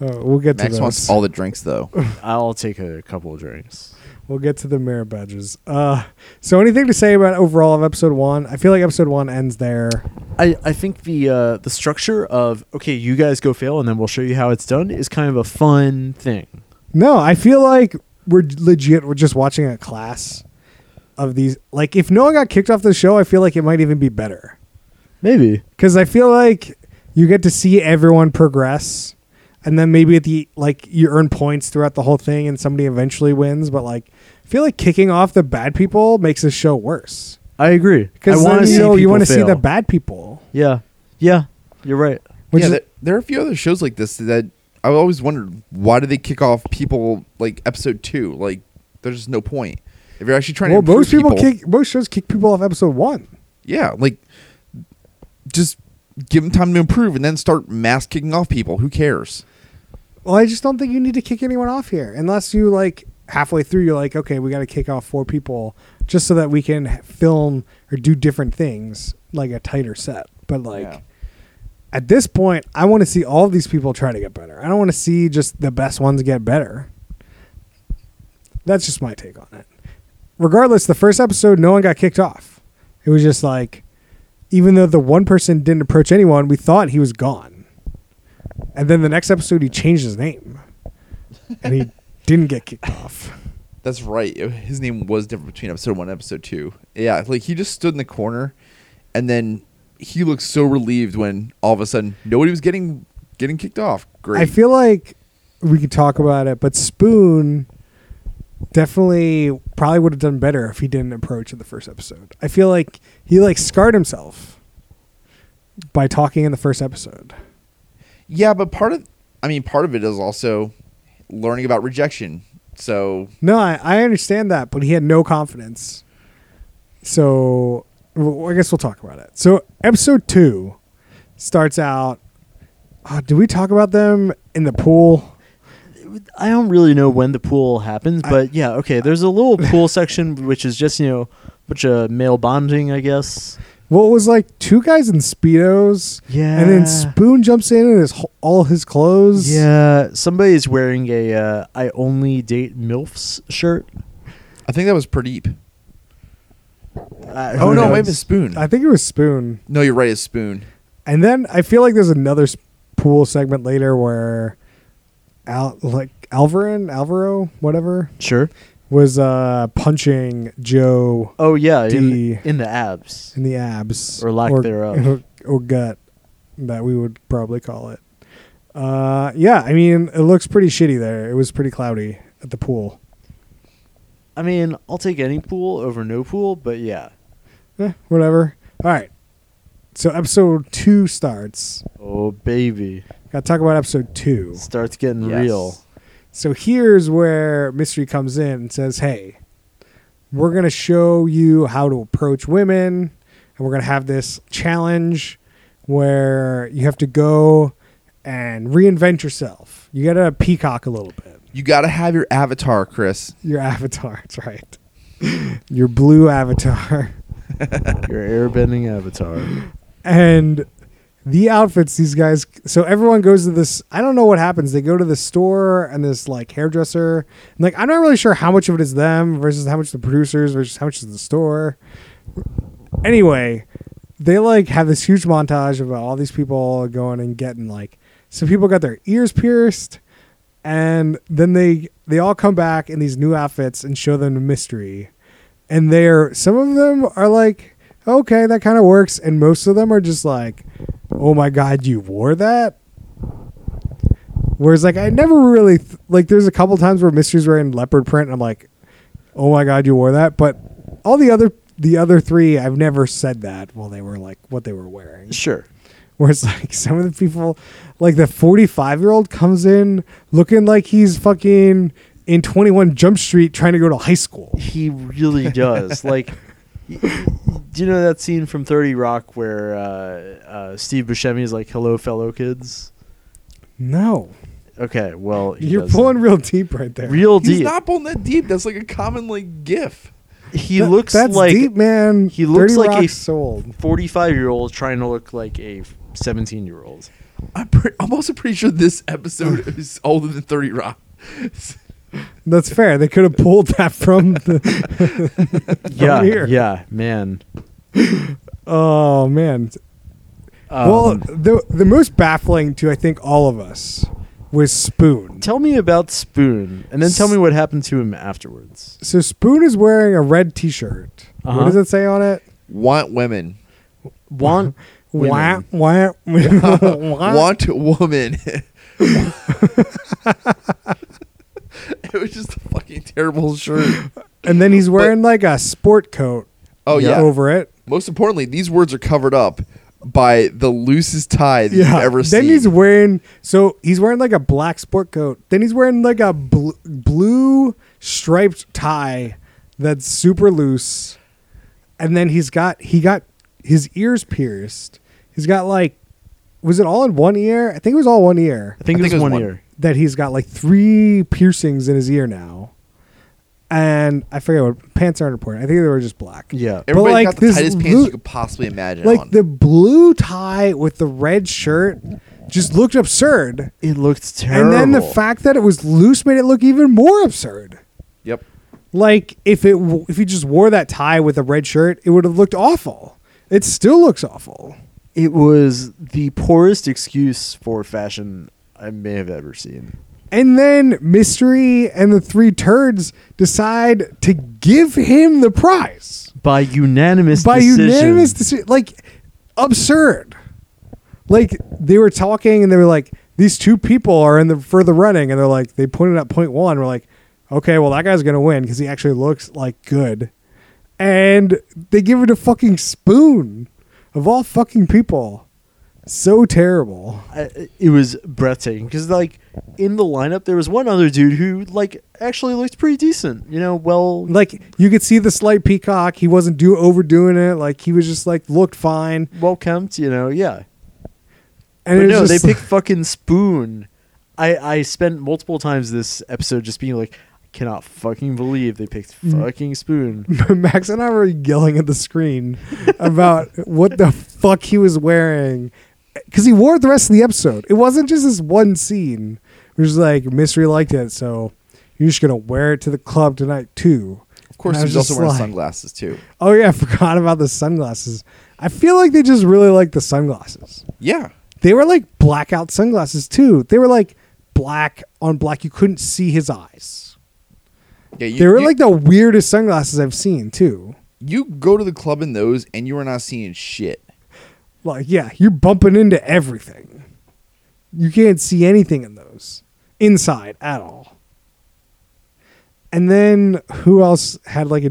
[SPEAKER 1] Oh, we'll get to
[SPEAKER 2] Max
[SPEAKER 1] those.
[SPEAKER 2] wants all the drinks though.
[SPEAKER 3] I'll take a couple of drinks.
[SPEAKER 1] We'll get to the merit badges. Uh, so, anything to say about overall of episode one? I feel like episode one ends there.
[SPEAKER 3] I, I think the uh, the structure of okay, you guys go fail and then we'll show you how it's done is kind of a fun thing.
[SPEAKER 1] No, I feel like we're legit. We're just watching a class of these. Like, if no one got kicked off the show, I feel like it might even be better
[SPEAKER 3] Maybe.
[SPEAKER 1] because I feel like you get to see everyone progress, and then maybe at the like you earn points throughout the whole thing, and somebody eventually wins. But like, I feel like kicking off the bad people makes the show worse
[SPEAKER 3] I agree. I
[SPEAKER 1] because
[SPEAKER 3] want to
[SPEAKER 1] you
[SPEAKER 3] see
[SPEAKER 1] know you
[SPEAKER 3] people
[SPEAKER 1] want to see
[SPEAKER 3] fail.
[SPEAKER 1] the bad people.
[SPEAKER 3] Yeah. Yeah. You're right.
[SPEAKER 1] Which
[SPEAKER 2] yeah,
[SPEAKER 1] is,
[SPEAKER 2] there, there are a few other shows like this that I always wondered why do they kick off people like episode two? Like there's just no point if you're actually trying
[SPEAKER 1] well,
[SPEAKER 2] to. improve
[SPEAKER 1] most people, kick most shows kick people off episode one.
[SPEAKER 2] Yeah, like just give them time to improve and then start mass kicking off people. Who cares?
[SPEAKER 1] Well, I just don't think you need to kick anyone off here unless you like halfway through you're like, okay, we got to kick off four people just so that we can h- film or do different things like a tighter set. But like
[SPEAKER 2] Yeah.
[SPEAKER 1] at this point, I want to see all these people try to get better. I don't want to see just the best ones get better. That's just my take on it. Regardless, the first episode, no one got kicked off. It was just like, even though the one person didn't approach anyone, we thought he was gone. And then the next episode, he changed his name, and he didn't get kicked off.
[SPEAKER 2] That's right. It- His name was different between episode one and episode two. Yeah, like he just stood in the corner, and then he looked so relieved when all of a sudden nobody was getting getting kicked off. Great.
[SPEAKER 1] I feel like we could talk about it, but Spoon definitely probably would have done better if he didn't approach in the first episode. I feel like he like scarred himself by talking in the first episode.
[SPEAKER 2] yeah, but part of I mean part of it is also learning about rejection. So
[SPEAKER 1] No, I, I understand that, but he had no confidence. So well, I guess we'll talk about it. So episode two starts out. Uh, do we talk about them in the pool?
[SPEAKER 3] I don't really know when the pool happens, but yeah, okay. There's a *laughs* little pool section which is just, you know, bunch of male bonding, I guess.
[SPEAKER 1] Well, it was like two guys in speedos.
[SPEAKER 3] Yeah.
[SPEAKER 1] And then Spoon jumps in in his wh- all his clothes.
[SPEAKER 3] Yeah, somebody's wearing a uh, I only date MILFs shirt.
[SPEAKER 2] I think that was Pradeep.
[SPEAKER 3] Uh,
[SPEAKER 2] Oh no,
[SPEAKER 3] who knows?
[SPEAKER 2] maybe it's Spoon.
[SPEAKER 1] I think it was Spoon.
[SPEAKER 2] no, you're right. It's Spoon.
[SPEAKER 1] And then I feel like there's another s- pool segment later where Al like Alvarin, Alvaro, whatever,
[SPEAKER 3] Sure.
[SPEAKER 1] was uh punching Joe
[SPEAKER 3] Oh yeah, in,
[SPEAKER 1] D.
[SPEAKER 3] in the abs.
[SPEAKER 1] in the abs
[SPEAKER 3] Or lack thereof.
[SPEAKER 1] *laughs* or gut that we would probably call it. Uh, yeah, I mean, it looks pretty shitty there. It was pretty cloudy at the pool.
[SPEAKER 3] I mean, I'll take any pool over no pool, but yeah.
[SPEAKER 1] Eh, whatever. All right. So episode two starts.
[SPEAKER 3] Oh baby,
[SPEAKER 1] Got to talk about episode two.
[SPEAKER 3] starts getting
[SPEAKER 2] Yes.
[SPEAKER 3] real.
[SPEAKER 1] So here's where mystery comes in and says, "Hey, we're gonna show you how to approach women, and we're gonna have this challenge where you have to go and reinvent yourself. You gotta peacock a little bit.
[SPEAKER 2] You got to have your avatar, Chris.
[SPEAKER 1] Your *laughs* avatar, that's right. Your blue avatar."
[SPEAKER 3] Your airbending avatar.
[SPEAKER 1] and the outfits these guys so everyone goes to this i don't know what happens they go to the store and this like hairdresser and, like i'm not really sure how much of it is them versus how much the producers versus how much is the store anyway they like have this huge montage about all these people going and getting like some people got their ears pierced and then they they all come back in these new outfits and show them the mystery and they're some of them are like okay that kind of works and most of them are just like oh my god you wore that whereas like i never really th- like there's a couple times where mysteries were in leopard print and i'm like oh my god you wore that but all the other the other three i've never said that while they were like what they were wearing
[SPEAKER 3] *laughs* Sure.
[SPEAKER 1] where it's *laughs* like some of the people like the 45 year old comes in looking like he's fucking in 21 jump street trying to go to high school
[SPEAKER 3] He really *laughs* does. like, y- y- do you know that scene from 30 Rock where uh, uh, Steve Buscemi is like, hello, fellow kids?
[SPEAKER 1] no
[SPEAKER 3] Okay, well. he
[SPEAKER 1] you're
[SPEAKER 3] does that.
[SPEAKER 1] pulling real deep right there
[SPEAKER 3] real
[SPEAKER 2] He's
[SPEAKER 3] deep.
[SPEAKER 2] not pulling that deep. That's like a common like gif.
[SPEAKER 3] he
[SPEAKER 1] That-
[SPEAKER 3] looks
[SPEAKER 1] that's
[SPEAKER 3] like
[SPEAKER 1] deep man
[SPEAKER 3] he looks
[SPEAKER 1] 30
[SPEAKER 3] like a-
[SPEAKER 1] Rock's sold
[SPEAKER 3] 45 year old trying to look like a 17 year old.
[SPEAKER 2] I'm pre- I'm also pretty sure this
[SPEAKER 3] *laughs*
[SPEAKER 2] episode is older than Thirty Rock.
[SPEAKER 1] that's fair they could have pulled *laughs* that from the
[SPEAKER 3] Yeah,
[SPEAKER 1] here.
[SPEAKER 3] yeah, man.
[SPEAKER 1] oh man
[SPEAKER 3] Um,
[SPEAKER 1] well the the most baffling to i think all of us was spoon
[SPEAKER 3] tell me about Spoon, and then tell me what happened to him afterwards.
[SPEAKER 1] so spoon is wearing a red t-shirt what
[SPEAKER 3] Uh-huh.
[SPEAKER 1] does it say on it
[SPEAKER 2] Want women.
[SPEAKER 3] Want
[SPEAKER 1] Wah,
[SPEAKER 3] *laughs* women.
[SPEAKER 1] wah, wah. *laughs*
[SPEAKER 3] *laughs*
[SPEAKER 2] Want woman. *laughs* it was just a fucking terrible
[SPEAKER 3] *laughs*
[SPEAKER 2] shirt.
[SPEAKER 1] And then he's wearing like a sport coat.
[SPEAKER 2] Oh, yeah.
[SPEAKER 1] over it.
[SPEAKER 2] Most importantly, these words are covered up by the loosest tie that
[SPEAKER 1] Yeah.
[SPEAKER 2] you've ever
[SPEAKER 1] then
[SPEAKER 2] seen.
[SPEAKER 1] he's wearing so he's wearing like a black sport coat. Then he's wearing like a bl- blue striped tie that's super loose. And then he's got he got his ears pierced. He's got like was it all in one ear? I think it was all one ear.
[SPEAKER 3] I think it was one,
[SPEAKER 2] one.
[SPEAKER 3] year.
[SPEAKER 1] That he's got like three piercings in his ear now. And I forget what pants aren't important. I think they were just black.
[SPEAKER 3] Yeah.
[SPEAKER 1] But,
[SPEAKER 2] Everybody
[SPEAKER 1] like,
[SPEAKER 2] got the
[SPEAKER 1] this
[SPEAKER 2] tightest pants
[SPEAKER 1] loo-
[SPEAKER 2] you could possibly imagine.
[SPEAKER 1] like
[SPEAKER 2] on.
[SPEAKER 1] the blue tie with the red shirt just looked absurd
[SPEAKER 3] It looked
[SPEAKER 1] and
[SPEAKER 3] terrible.
[SPEAKER 1] then the fact that it was loose made it look even more absurd
[SPEAKER 2] yep.
[SPEAKER 1] like if it w- if you just wore that tie with a red shirt it would have looked awful it still looks awful
[SPEAKER 3] it was the poorest excuse for fashion I may have ever seen.
[SPEAKER 1] and then mystery and the three turds decide to give him the prize
[SPEAKER 3] By unanimous
[SPEAKER 1] by
[SPEAKER 3] decision.
[SPEAKER 1] unanimous decision like absurd like they were talking and they were like these two people are in the for the running and they're like they pointed out point one we're like okay well that guy's gonna win because he actually looks like good and they give it a fucking spoon of all fucking people so terrible
[SPEAKER 3] I, it was breathtaking because like in the lineup there was one other dude who like actually looked pretty decent you know well
[SPEAKER 1] like you could see the slight peacock he wasn't do overdoing it like he was just like looked fine
[SPEAKER 3] well kempt you know yeah
[SPEAKER 1] and
[SPEAKER 3] but
[SPEAKER 1] it was
[SPEAKER 3] no, they
[SPEAKER 1] just-
[SPEAKER 3] pick fucking Spoon. I I spent multiple times this episode just being like, I cannot fucking believe they picked
[SPEAKER 1] Mm.
[SPEAKER 3] fucking Spoon.
[SPEAKER 1] *laughs* Max and I were yelling at the screen about what the fuck he was wearing because he wore it the rest of the episode. It wasn't just this one scene. It was like mystery liked it, so you're just gonna wear it to the club tonight too.
[SPEAKER 2] Of course,
[SPEAKER 1] And I
[SPEAKER 2] he's
[SPEAKER 1] was
[SPEAKER 2] also
[SPEAKER 1] just
[SPEAKER 2] wearing
[SPEAKER 1] like,
[SPEAKER 2] sunglasses too.
[SPEAKER 1] Oh yeah, *laughs* I forgot about the sunglasses. I feel like they just really like the sunglasses.
[SPEAKER 2] Yeah.
[SPEAKER 1] They were like blackout sunglasses too. They were like black on black. You couldn't see his eyes.
[SPEAKER 2] Yeah. You,
[SPEAKER 1] They were
[SPEAKER 2] you-
[SPEAKER 1] like the weirdest sunglasses I've seen too.
[SPEAKER 2] you go to the club in those, and you are not seeing shit.
[SPEAKER 1] like yeah you're bumping into everything you can't see anything in those inside at all and then who else had like a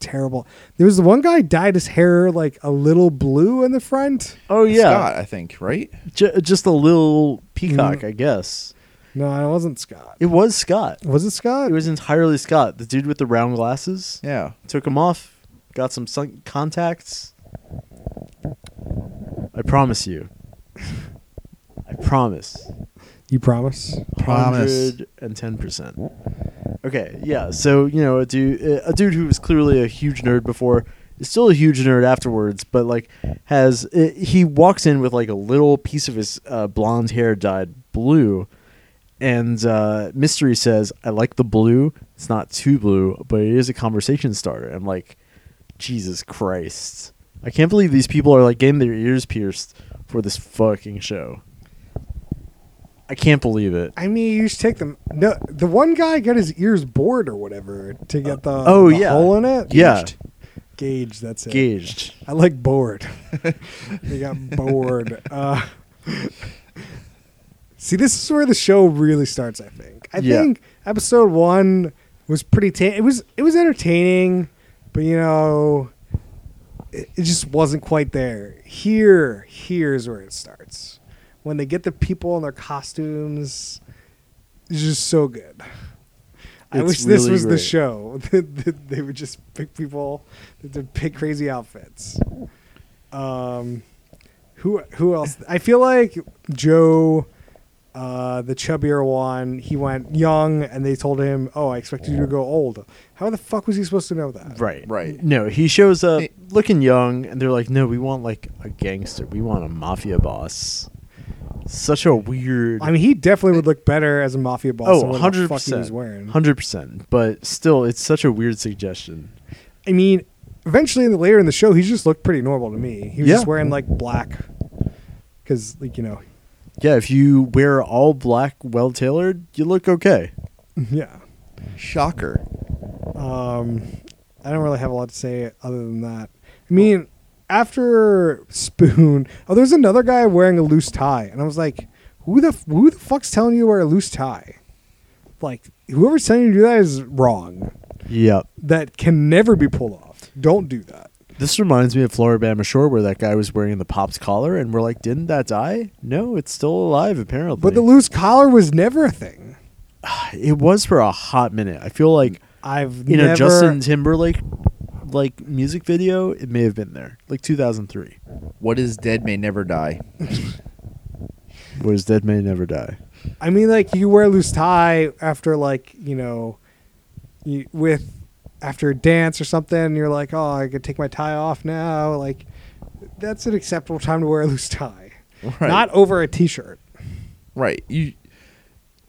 [SPEAKER 1] terrible there was the one guy dyed his hair like a little blue in the front
[SPEAKER 3] Oh yeah,
[SPEAKER 2] Scott, I think, right?
[SPEAKER 3] J- just a little peacock,
[SPEAKER 1] Mm.
[SPEAKER 3] I guess.
[SPEAKER 1] no it wasn't scott
[SPEAKER 3] It was Scott.
[SPEAKER 1] was it scott
[SPEAKER 3] It was entirely Scott, the dude with the round glasses.
[SPEAKER 2] Yeah.
[SPEAKER 3] Took him off, got some sun- contacts. I promise you. *laughs* I promise.
[SPEAKER 1] you promise
[SPEAKER 2] Promise.
[SPEAKER 3] and ten percent. Okay, yeah. So you know, a dude, a dude who was clearly a huge nerd before is still a huge nerd afterwards, but like has i he walks in with like a little piece of his uh, blonde hair dyed blue, and uh, mystery says, "I like the blue. It's not too blue, but it is a conversation starter." I'm like, Jesus Christ. I can't believe these people are like getting their ears pierced for this fucking show. I can't believe it.
[SPEAKER 1] I mean, you just take them. No, the one guy got his ears bored or whatever to get the
[SPEAKER 3] oh,
[SPEAKER 1] the
[SPEAKER 3] yeah.
[SPEAKER 1] hole in it.
[SPEAKER 3] Yeah.
[SPEAKER 1] Gauged. gauge. That's it.
[SPEAKER 3] Gauged.
[SPEAKER 1] *laughs* I like bored. they got bored. Uh, *laughs* see, this is where the show really starts. I think. I
[SPEAKER 3] Yeah.
[SPEAKER 1] think episode one was pretty. Ta- it was. It was entertaining, but you know, it, it just wasn't quite there. Here, here's where it starts. When they get the people in their costumes, it's just so good. I
[SPEAKER 3] It's
[SPEAKER 1] wish this
[SPEAKER 3] really
[SPEAKER 1] was the
[SPEAKER 3] great.
[SPEAKER 1] show. *laughs* they would just pick people to pick crazy outfits. Um, who who else? I feel like Joe, uh, the chubbier one. He went young, and they told him, "Oh, I expected you to go old." How the fuck was he supposed to know that?
[SPEAKER 3] Right.
[SPEAKER 2] Right.
[SPEAKER 3] No, he shows up
[SPEAKER 2] It-
[SPEAKER 3] looking young, and they're like, no, we want like a gangster. We want a mafia boss. Such a weird.
[SPEAKER 1] I mean, he definitely would look better as a mafia boss.
[SPEAKER 3] oh,
[SPEAKER 1] than what the fuck he
[SPEAKER 3] 100%.
[SPEAKER 1] was wearing.
[SPEAKER 3] 100%. But still, it's such a weird suggestion.
[SPEAKER 1] I mean, eventually, in the, later in the show, he just looked pretty normal to me. He was
[SPEAKER 3] Yeah.
[SPEAKER 1] just wearing like black, because like you know, *laughs*
[SPEAKER 3] Yeah, if you wear all black, well tailored, you look okay.
[SPEAKER 1] yeah.
[SPEAKER 2] Shocker.
[SPEAKER 1] Um, I don't really have a lot to say other than that. I mean, after Spoon, oh, there's another guy wearing a loose tie, and I was like, who the f- who the fuck's telling you to wear a loose tie? Like, whoever's telling you to do that is wrong.
[SPEAKER 3] Yep.
[SPEAKER 1] That can never be pulled off. Don't do that.
[SPEAKER 3] This reminds me of Floribama Shore, where that guy was wearing the pop's collar, and we're like, didn't that die? No, it's still alive, apparently.
[SPEAKER 1] But the loose collar was never a thing.
[SPEAKER 3] it was for a hot minute. I feel like
[SPEAKER 1] I've
[SPEAKER 3] in
[SPEAKER 1] never
[SPEAKER 3] a Justin Timberlake like music video, it may have been there, like 2003.
[SPEAKER 2] What is dead may never
[SPEAKER 1] *laughs*
[SPEAKER 2] die.
[SPEAKER 3] Whereas Dead May Never Die.
[SPEAKER 1] I mean, like you wear a loose tie after like you know, you, with after a dance or something. And you're like, oh, I could take my tie off now. Like that's an acceptable time to wear a loose tie,
[SPEAKER 2] Right.
[SPEAKER 1] not over a t-shirt.
[SPEAKER 2] Right. You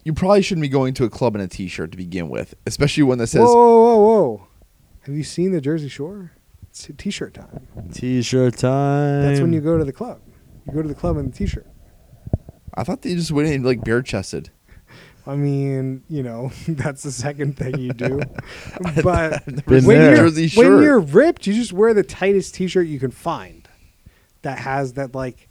[SPEAKER 2] you probably shouldn't be going to a club in a t-shirt to begin with, especially one that says
[SPEAKER 1] whoa, whoa, whoa, whoa! Have you seen the Jersey Shore? It's t-shirt time.
[SPEAKER 3] T-shirt time.
[SPEAKER 1] That's
[SPEAKER 2] Um,
[SPEAKER 1] when you go to the club. You go to the club in the t-shirt.
[SPEAKER 2] I thought they just went in like bare chested.
[SPEAKER 1] I mean, you know, *laughs* that's the second thing you
[SPEAKER 3] *laughs*
[SPEAKER 1] do. but when
[SPEAKER 3] Been there.
[SPEAKER 1] you're,
[SPEAKER 2] Jersey
[SPEAKER 1] when
[SPEAKER 2] shirt.
[SPEAKER 1] you're ripped, you just wear the tightest t-shirt you can find that has that like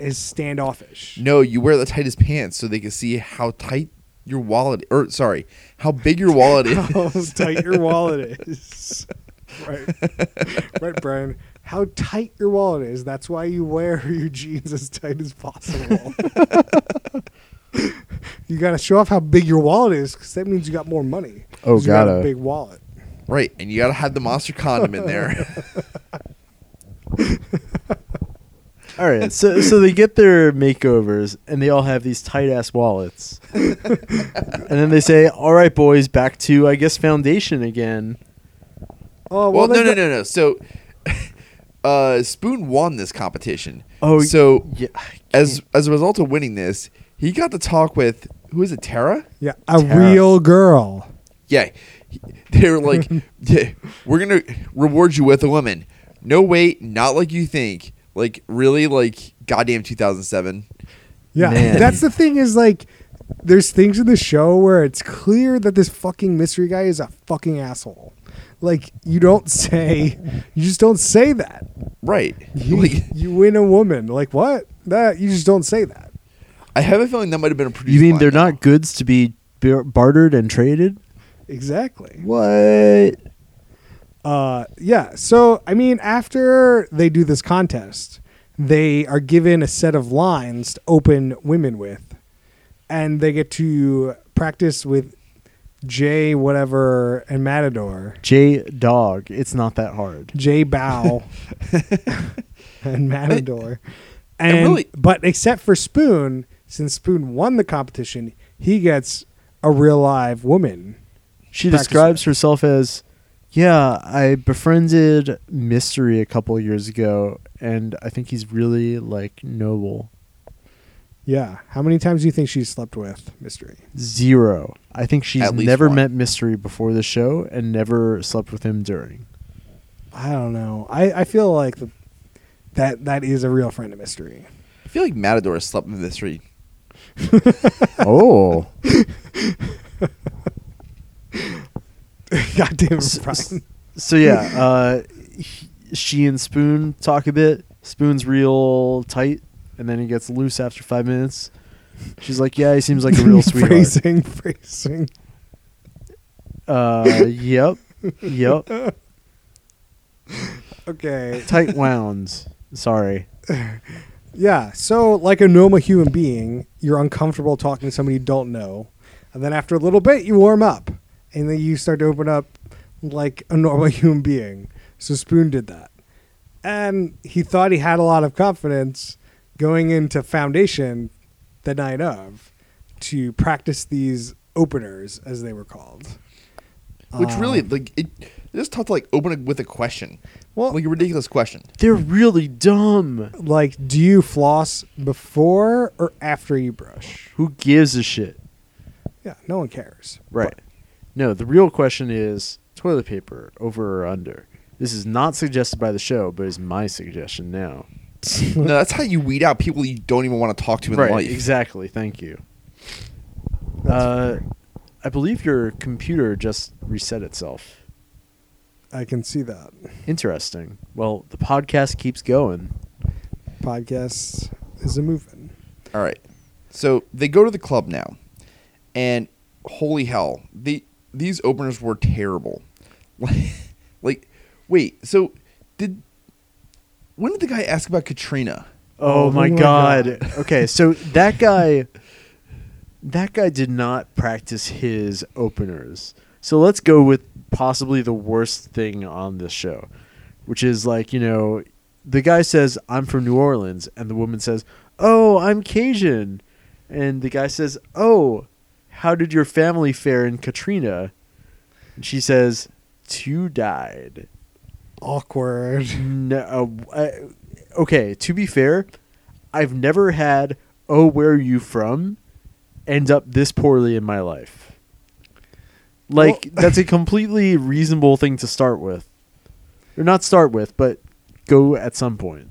[SPEAKER 1] is standoffish.
[SPEAKER 2] No, you wear the tightest pants so they can see how tight your wallet or sorry, how big your wallet
[SPEAKER 3] *laughs*
[SPEAKER 2] is.
[SPEAKER 1] *laughs*
[SPEAKER 3] Oh.
[SPEAKER 1] How tight your wallet
[SPEAKER 2] *laughs*
[SPEAKER 1] is. Right. Right, Brian. How tight your wallet is. That's why you wear *laughs* your jeans as tight as possible. *laughs* you got to show off how big your wallet is because that means you got more money.
[SPEAKER 3] Oh,
[SPEAKER 1] 'Cause you got a
[SPEAKER 3] gotta.
[SPEAKER 1] big wallet.
[SPEAKER 2] Right, and you gotta have the monster condom in
[SPEAKER 3] *laughs*
[SPEAKER 2] there. *laughs*
[SPEAKER 3] All right, so so they get their makeovers, and they all have these tight ass wallets, and then they say, "All right, boys, back to I guess foundation again."
[SPEAKER 1] Oh
[SPEAKER 2] well,
[SPEAKER 1] they
[SPEAKER 2] no, no,
[SPEAKER 1] got-
[SPEAKER 2] no, no. So, *laughs* uh, Spoon won this competition.
[SPEAKER 3] Oh,
[SPEAKER 2] so
[SPEAKER 3] Yeah,
[SPEAKER 2] as as a result of winning this, he got to talk with who is it, Tara?
[SPEAKER 1] Yeah, a
[SPEAKER 3] Tara.
[SPEAKER 1] real girl.
[SPEAKER 2] Yeah, He- *laughs* they were
[SPEAKER 3] *laughs*
[SPEAKER 2] like, yeah, "We're gonna reward you with a woman." No, wait, not like you think. Like really, like goddamn, two thousand seven.
[SPEAKER 1] Yeah,
[SPEAKER 3] Man.
[SPEAKER 1] that's the thing is like, there's things in the show where it's clear that this fucking mystery guy is a fucking asshole. Like you don't say, you just don't say that.
[SPEAKER 3] *laughs*
[SPEAKER 2] Right.
[SPEAKER 1] You,
[SPEAKER 2] *laughs* Like,
[SPEAKER 1] you win a woman. Like what? That you just don't say that.
[SPEAKER 2] I have a feeling that might have been a producer.
[SPEAKER 3] you mean they're not goods to be bar- bartered and traded?
[SPEAKER 1] Exactly.
[SPEAKER 3] What?
[SPEAKER 1] Uh, yeah. So I mean, after they do this contest, they are given a set of lines to open women with, and they get to practice with Jay, whatever, and Matador.
[SPEAKER 3] J Dog. It's not that hard.
[SPEAKER 1] Jay Bow and Matador. And
[SPEAKER 2] really-
[SPEAKER 1] but except for Spoon, since Spoon won the competition, he gets a real live woman.
[SPEAKER 3] She
[SPEAKER 1] Practice
[SPEAKER 3] describes herself as, "Yeah, I befriended Mystery a couple years ago, and I think he's really like noble."
[SPEAKER 1] Yeah. How many times do you think she's slept with Mystery?
[SPEAKER 3] Zero. I think she's
[SPEAKER 2] At least
[SPEAKER 3] never
[SPEAKER 2] one.
[SPEAKER 3] met Mystery before the show and never slept with him during.
[SPEAKER 1] I don't know. I, I feel like the, that that is a real friend of mystery. *laughs*
[SPEAKER 2] I feel like Matador has slept in this read.
[SPEAKER 3] oh.
[SPEAKER 1] God damn
[SPEAKER 3] S-
[SPEAKER 1] it, Brian.
[SPEAKER 3] So yeah, uh, he- she and Spoon talk a bit. Spoon's real tight, and then he gets loose after five minutes. She's like, "Yeah, he seems like
[SPEAKER 1] *laughs*
[SPEAKER 3] a real sweetheart."
[SPEAKER 1] phrasing, phrasing.
[SPEAKER 3] uh, yep, yep.
[SPEAKER 1] Okay.
[SPEAKER 3] Tight wounds. Sorry.
[SPEAKER 1] Yeah. So, like a normal human being, you're uncomfortable talking to somebody you don't know, and then after a little bit, you warm up, and then you start to open up like a normal *laughs* human being. So Spoon did that, and he thought he had a lot of confidence going into Foundation the night of to practice these openers, as they were called.
[SPEAKER 2] Which really
[SPEAKER 3] Ah.
[SPEAKER 1] Um,
[SPEAKER 2] like it. It's just tough to like open it with a question,
[SPEAKER 1] well,
[SPEAKER 2] like a ridiculous
[SPEAKER 3] *laughs*
[SPEAKER 2] question.
[SPEAKER 3] They're really dumb.
[SPEAKER 1] like, do you floss before or after you brush?
[SPEAKER 3] Who gives a shit?
[SPEAKER 1] Yeah, no one cares.
[SPEAKER 3] Right. No, the real question is toilet paper over or under. This is not suggested by the show, but is my suggestion now.
[SPEAKER 2] no, that's how you weed out people you don't even want to talk to in
[SPEAKER 3] right,
[SPEAKER 2] life.
[SPEAKER 3] Exactly. Thank you. Uh, I believe your computer just reset itself.
[SPEAKER 1] I can see that.
[SPEAKER 3] Interesting. Well, the podcast keeps going.
[SPEAKER 1] Podcast is a moving.
[SPEAKER 2] All right. So they go to the club now, and holy hell, the these openers were terrible. *laughs* like, wait. So did when did the guy ask about Katrina?
[SPEAKER 3] Oh,
[SPEAKER 1] Oh
[SPEAKER 3] my,
[SPEAKER 1] my
[SPEAKER 3] god. okay, so that guy that guy did not practice his openers. So let's go with possibly the worst thing on this show, which is like, you know, the guy says, "I'm from New Orleans," and the woman says, "Oh, I'm Cajun." And the guy says, "Oh, how did your family fare in Katrina?" And she says, two died."
[SPEAKER 1] Awkward.
[SPEAKER 3] No. Uh, okay, to be fair, I've never had "Oh, where are you from?" end up this poorly in my life. Like that's a completely reasonable thing to start with, or not start with, but go at some point.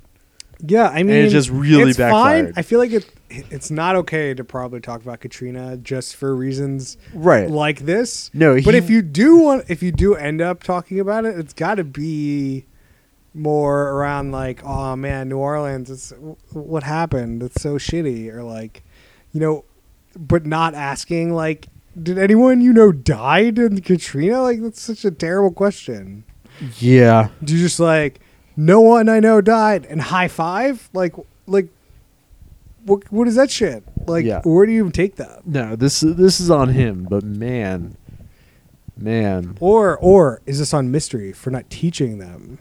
[SPEAKER 1] Yeah, I mean,
[SPEAKER 3] it just really
[SPEAKER 1] it's fine.
[SPEAKER 3] backfired.
[SPEAKER 1] I feel like it. It's not okay to probably talk about Katrina just for reasons
[SPEAKER 3] Right.
[SPEAKER 1] like this.
[SPEAKER 3] No,
[SPEAKER 1] but
[SPEAKER 3] he-
[SPEAKER 1] if you do want, if you do end up talking about it, it's got to be more around like, oh man, New Orleans. It's what happened. It's so shitty, or like, you know, but not asking like, did anyone you know died in Katrina? Like that's such a terrible question.
[SPEAKER 3] Yeah.
[SPEAKER 1] Do you just like no one I know died and high five? Like like what what is that shit? Like
[SPEAKER 3] Yeah.
[SPEAKER 1] where do you even take that?
[SPEAKER 3] No. This this is on him, but man, man.
[SPEAKER 1] Or or is this on mystery for not teaching them?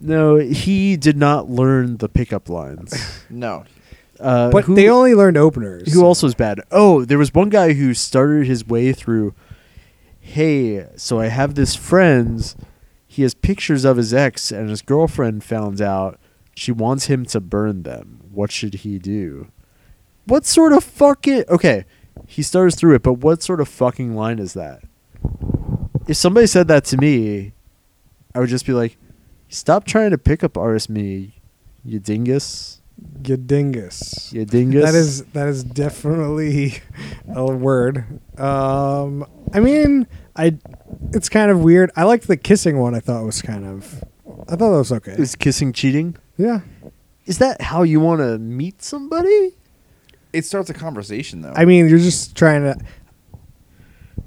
[SPEAKER 3] No, he did not learn the pickup lines.
[SPEAKER 1] *laughs*
[SPEAKER 2] No.
[SPEAKER 3] Uh,
[SPEAKER 1] But
[SPEAKER 3] who-
[SPEAKER 1] they only learned openers.
[SPEAKER 3] Who also is bad? Oh, there was one guy who started his way through. Hey, so I have this friend's. He has pictures of his ex, and his girlfriend found out. She wants him to burn them. What should he do? What sort of fucking okay? He starts through it, but what sort of fucking line is that? If somebody said that to me, I would just be like, "Stop trying to pick up artist me, E, you dingus,
[SPEAKER 1] you dingus.
[SPEAKER 3] you dingus."
[SPEAKER 1] That is that is definitely *laughs* a word. Um I mean I it's kind of weird. I liked the kissing one I thought was kind of I thought that was okay.
[SPEAKER 3] is kissing cheating.
[SPEAKER 1] yeah.
[SPEAKER 3] Is that how you want to meet somebody?
[SPEAKER 2] It starts a conversation though.
[SPEAKER 1] I mean, you're just trying to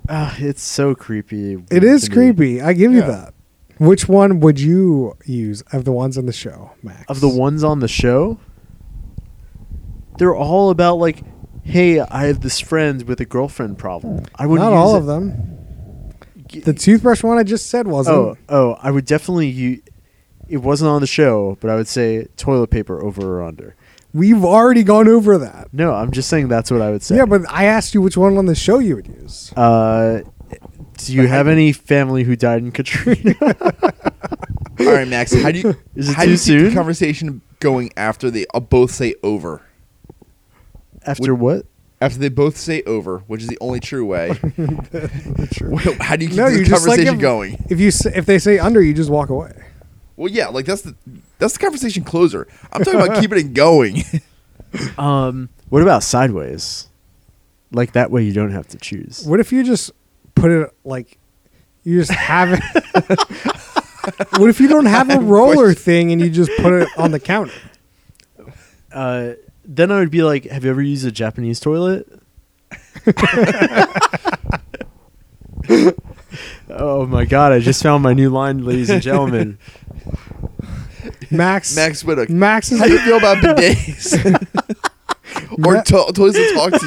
[SPEAKER 3] Uh, it's so creepy.
[SPEAKER 1] It is
[SPEAKER 3] to me.
[SPEAKER 1] creepy. I give you
[SPEAKER 2] Yeah.
[SPEAKER 1] that. Which one would you use of the ones on the show, Max?
[SPEAKER 3] Of the ones on the show, they're all about like, hey, I have this friend with a girlfriend problem. I would
[SPEAKER 1] Not all of them. The toothbrush one I just said wasn't.
[SPEAKER 3] oh, oh, I would definitely use. It wasn't on the show, but I would say toilet paper over or under.
[SPEAKER 1] We've already gone over that.
[SPEAKER 3] No, I'm just saying that's what I would say.
[SPEAKER 1] Yeah, but I asked you which one on the show you would use.
[SPEAKER 3] Uh, do you have any family who died in Katrina? *laughs*
[SPEAKER 2] All right, Max.
[SPEAKER 1] *laughs*
[SPEAKER 2] How do you?
[SPEAKER 3] Is it
[SPEAKER 2] how
[SPEAKER 3] too
[SPEAKER 2] do you keep
[SPEAKER 3] soon?
[SPEAKER 2] the conversation going after they uh, both say over?
[SPEAKER 3] After what?
[SPEAKER 2] After they both say over, which is the only
[SPEAKER 1] *laughs*
[SPEAKER 2] true way.
[SPEAKER 1] Sure.
[SPEAKER 2] Well, how do you keep
[SPEAKER 1] No,
[SPEAKER 2] this
[SPEAKER 1] you just like
[SPEAKER 2] conversation
[SPEAKER 1] if-
[SPEAKER 2] going?
[SPEAKER 1] If you s- if they say under, you just walk away.
[SPEAKER 2] Well, yeah, like that's the that's the conversation closer. I'm talking about keeping
[SPEAKER 1] *laughs*
[SPEAKER 2] it going.
[SPEAKER 3] Um, what about sideways? Like that way you don't have to choose.
[SPEAKER 1] What if you just put it like you just have it?
[SPEAKER 2] *laughs*
[SPEAKER 1] what if you don't have a roller thing and you just put it on the
[SPEAKER 2] *laughs*
[SPEAKER 1] counter?
[SPEAKER 3] Uh, then I would be like, have you ever used a Japanese *laughs* toilet? oh my god! I just found my new line, ladies and gentlemen.
[SPEAKER 1] Max,
[SPEAKER 2] Max Whittock.
[SPEAKER 1] Max is
[SPEAKER 2] How do you
[SPEAKER 1] *laughs*
[SPEAKER 2] feel about bidets? or to- toys that talk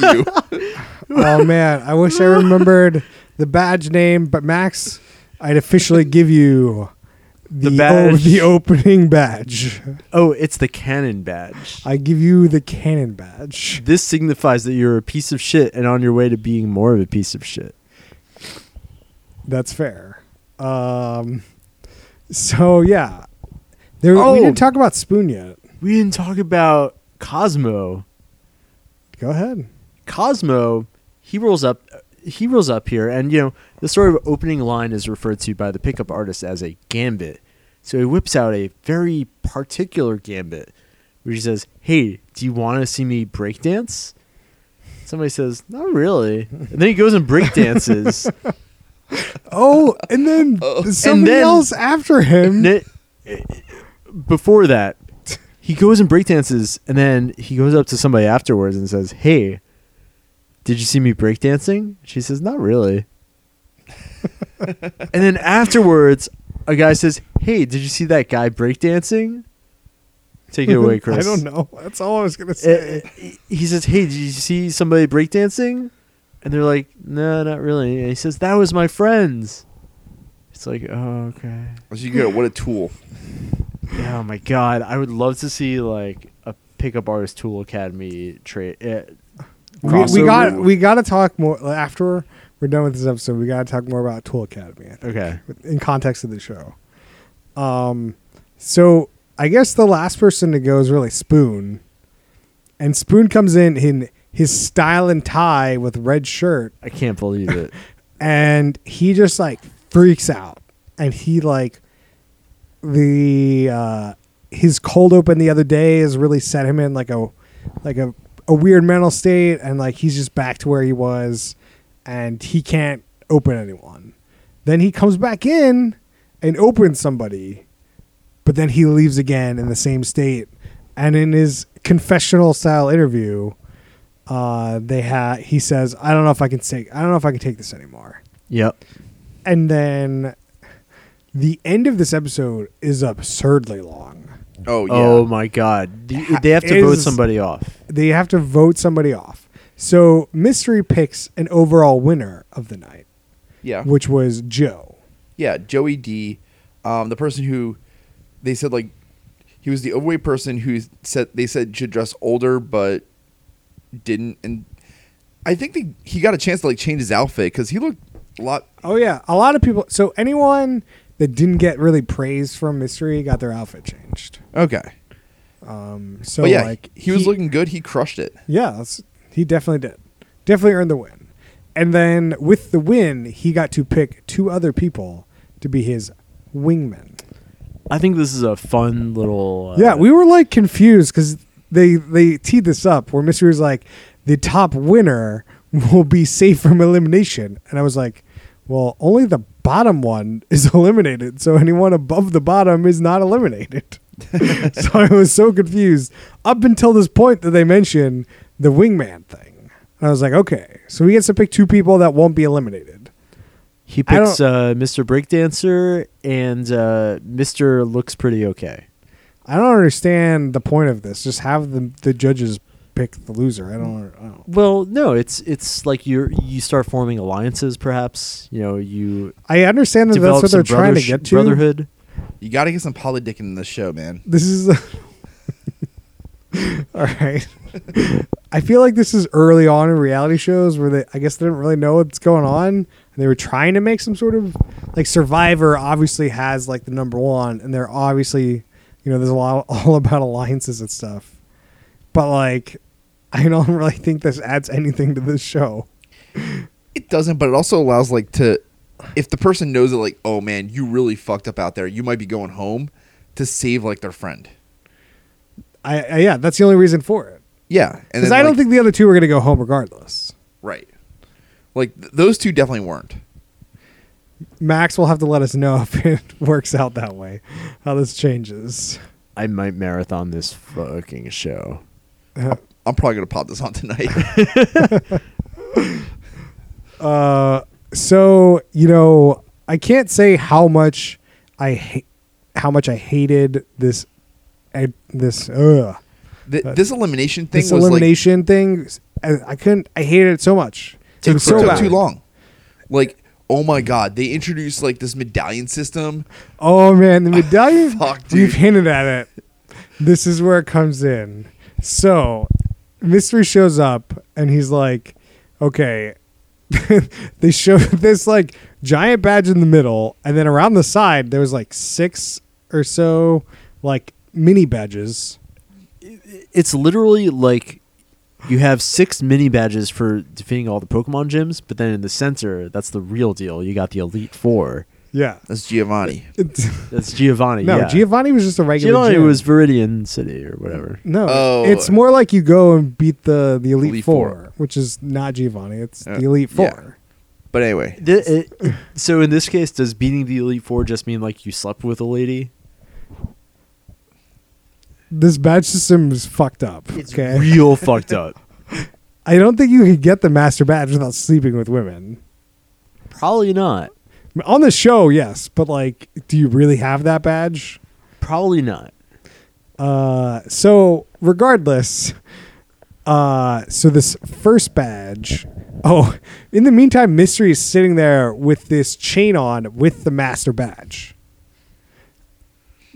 [SPEAKER 1] *laughs*
[SPEAKER 2] to you?
[SPEAKER 3] *laughs*
[SPEAKER 1] oh man, I wish I remembered the badge name, but Max, I'd officially give you the
[SPEAKER 3] The badge.
[SPEAKER 1] o- the opening badge.
[SPEAKER 3] *laughs* Oh, it's the cannon badge.
[SPEAKER 1] I give you the cannon badge.
[SPEAKER 3] This signifies that you're a piece of shit and on your way to being more of a piece of shit.
[SPEAKER 1] That's fair. Um, so yeah, there
[SPEAKER 2] Oh.
[SPEAKER 1] we didn't talk about spoon yet.
[SPEAKER 3] We didn't talk about Cosmo.
[SPEAKER 1] Go ahead.
[SPEAKER 3] Cosmo, he rolls up. He rolls up here, and you know the sort of opening line is referred to by the pickup artist as a gambit. So he whips out a very particular gambit, which he says, "Hey, do you want to see me breakdance?" Somebody says, "Not really," and then he goes and breakdances.
[SPEAKER 1] Oh, *laughs* and
[SPEAKER 3] *laughs*
[SPEAKER 1] then somebody
[SPEAKER 3] then-
[SPEAKER 1] else after him.
[SPEAKER 3] N- Before that, he goes and breakdances, and then he goes up to somebody afterwards and says, "Hey, did you see me breakdancing?" She says,
[SPEAKER 1] *laughs*
[SPEAKER 3] "Not really." and then afterwards, a guy says, "Hey, did you see that guy breakdancing?" Take it away,
[SPEAKER 1] *laughs*
[SPEAKER 3] Chris.
[SPEAKER 1] I don't know. That's all I was gonna
[SPEAKER 3] Uh,
[SPEAKER 1] say.
[SPEAKER 3] he says, "Hey, did you see somebody breakdancing?" And they're like, "No, not really." And he says, "That was my friends." It's like, "Oh, okay."
[SPEAKER 2] As you go, what a tool.
[SPEAKER 3] Yeah, Oh my god, I would love to see like a pickup artist tool academy trade. Uh,
[SPEAKER 1] we, we
[SPEAKER 3] crossover.
[SPEAKER 1] got we got to talk more after we're done with this episode. We got to talk more about Tool Academy. I think.
[SPEAKER 3] okay.
[SPEAKER 1] in context of the show. Um, so I guess the last person to go is really Spoon, and Spoon comes in in his style and tie with red shirt,
[SPEAKER 3] I can't believe it.
[SPEAKER 1] and he just like freaks out, and he like the uh, his cold open the other day has really set him in like a like a a weird mental state, and like he's just back to where he was, and he can't open anyone. Then he comes back in and opens somebody, but then he leaves again in the same state. And in his confessional style interview, uh, they ha- he says, "I don't know if I can take I don't know if I can take this anymore."
[SPEAKER 3] *laughs* yep.
[SPEAKER 1] And then the end of this episode is absurdly long.
[SPEAKER 2] Oh yeah.
[SPEAKER 3] Oh my god. The-
[SPEAKER 1] Ha-
[SPEAKER 3] they have to vote
[SPEAKER 1] is-
[SPEAKER 3] somebody off.
[SPEAKER 1] They have to vote somebody off. So mystery picks an overall winner of the night,
[SPEAKER 2] yeah.
[SPEAKER 1] which was Joe.
[SPEAKER 2] Yeah, Joey D, um, the person who they said like he was the overweight person who said they said should dress older but didn't, and I think they, he got a chance to like change his outfit because he looked a lot.
[SPEAKER 1] Oh yeah, a lot of people. So anyone that didn't get really praised from mystery got their outfit changed.
[SPEAKER 2] Okay,
[SPEAKER 1] Um, so
[SPEAKER 2] but Oh, yeah,
[SPEAKER 1] like
[SPEAKER 2] he, was looking good. He crushed it.
[SPEAKER 1] Yeah, that's, he definitely did. Definitely earned the win. And then with the win, he got to pick two other people to be his wingmen.
[SPEAKER 3] I think this is a fun little. Uh,
[SPEAKER 1] yeah, we were like confused because they they teed this up where Mystery was like, the top winner will be safe from elimination, and I was like, well, only the bottom one is *laughs* eliminated, so anyone above the bottom is not eliminated. *laughs* so I was so confused up until this point that they mentioned the wingman thing, and I was like, okay, so he gets to pick two people that won't be eliminated.
[SPEAKER 3] He
[SPEAKER 1] I
[SPEAKER 3] picks uh, Mr. Breakdancer and uh, Mr. Looks Pretty Okay.
[SPEAKER 1] I don't understand the point of this. Just have the the judges pick the loser. I don't. I don't
[SPEAKER 3] Well, no, it's it's like you are you start forming alliances, perhaps. You know, you
[SPEAKER 1] I understand that that's
[SPEAKER 3] develop
[SPEAKER 1] what they're
[SPEAKER 3] some
[SPEAKER 1] trying to
[SPEAKER 3] brothersh-
[SPEAKER 1] get to.
[SPEAKER 3] brotherhood.
[SPEAKER 2] You got to get some politic in the show, man.
[SPEAKER 1] This is *laughs* all right. I feel like this is early on in reality shows where they, I guess, they didn't really know what's going on, and they were trying to make some sort of like Survivor. Obviously, has like the number one, and they're obviously, you know, there's a lot *laughs* all about alliances and stuff. But like, I don't really think this adds anything to this show.
[SPEAKER 2] It doesn't, but it also allows like to if the person knows that like, oh man, you really fucked up out there. You might be going home. to save like their friend.
[SPEAKER 1] I, I yeah, that's the only reason for it.
[SPEAKER 2] Yeah, and
[SPEAKER 1] Because
[SPEAKER 2] then,
[SPEAKER 1] I don't
[SPEAKER 2] like-
[SPEAKER 1] think the other two are going to go home regardless.
[SPEAKER 2] right. Like th- those two definitely weren't.
[SPEAKER 1] Max will have to let us know *laughs* if it works out that way, how this changes.
[SPEAKER 3] I might marathon this fucking show.
[SPEAKER 2] I'm probably gonna pop this on
[SPEAKER 1] *laughs*
[SPEAKER 2] tonight.
[SPEAKER 1] Uh, so you know, I can't say how much I hate how much I hated this. I, this uh,
[SPEAKER 2] Th- this elimination thing
[SPEAKER 1] this
[SPEAKER 2] was
[SPEAKER 1] elimination thing. I, I couldn't. I hated it so much. It
[SPEAKER 3] Took
[SPEAKER 1] was
[SPEAKER 2] like
[SPEAKER 1] so
[SPEAKER 2] took
[SPEAKER 1] bad.
[SPEAKER 2] too long. Like, oh my god, they introduced like this medallion system.
[SPEAKER 1] Oh
[SPEAKER 2] *laughs*
[SPEAKER 1] man, the medallion.
[SPEAKER 2] Fuck, dude.
[SPEAKER 1] we've hinted at it. This is where it comes in. So, mystery shows up and he's like, "Okay." *laughs* they show *laughs* this like giant badge in the middle, and then around the side there was like six or so like mini badges.
[SPEAKER 3] It's literally like you have six mini badges for defeating all the Pokemon gyms, but then in the center, that's the real deal. You got the Elite Four.
[SPEAKER 1] Yeah. *laughs*
[SPEAKER 2] That's Giovanni.
[SPEAKER 1] It's-
[SPEAKER 3] That's Giovanni.
[SPEAKER 1] no,
[SPEAKER 3] yeah.
[SPEAKER 1] Giovanni was just a regular.
[SPEAKER 3] Giovanni
[SPEAKER 1] gym.
[SPEAKER 3] was Viridian City or
[SPEAKER 1] *laughs*
[SPEAKER 3] whatever.
[SPEAKER 1] No,
[SPEAKER 2] Oh.
[SPEAKER 1] it's more like you go and beat the the elite,
[SPEAKER 2] Elite
[SPEAKER 1] four,
[SPEAKER 2] Four.
[SPEAKER 1] which is not Giovanni. It's
[SPEAKER 2] Uh,
[SPEAKER 1] the elite
[SPEAKER 2] yeah.
[SPEAKER 1] four.
[SPEAKER 2] But anyway,
[SPEAKER 3] Th- it- so in this case, does beating the Elite Four just mean like you slept with a lady?
[SPEAKER 1] This badge system is fucked up.
[SPEAKER 3] It's
[SPEAKER 1] okay, *laughs*
[SPEAKER 3] real fucked up.
[SPEAKER 1] I don't think you could get the master badge without sleeping with women.
[SPEAKER 3] Probably not.
[SPEAKER 1] On the show, yes, but like, do you really have that badge?
[SPEAKER 3] Probably not.
[SPEAKER 1] Uh, so regardless, uh, so this first badge. Oh, in the meantime, Mystery is sitting there with this chain on with the master badge.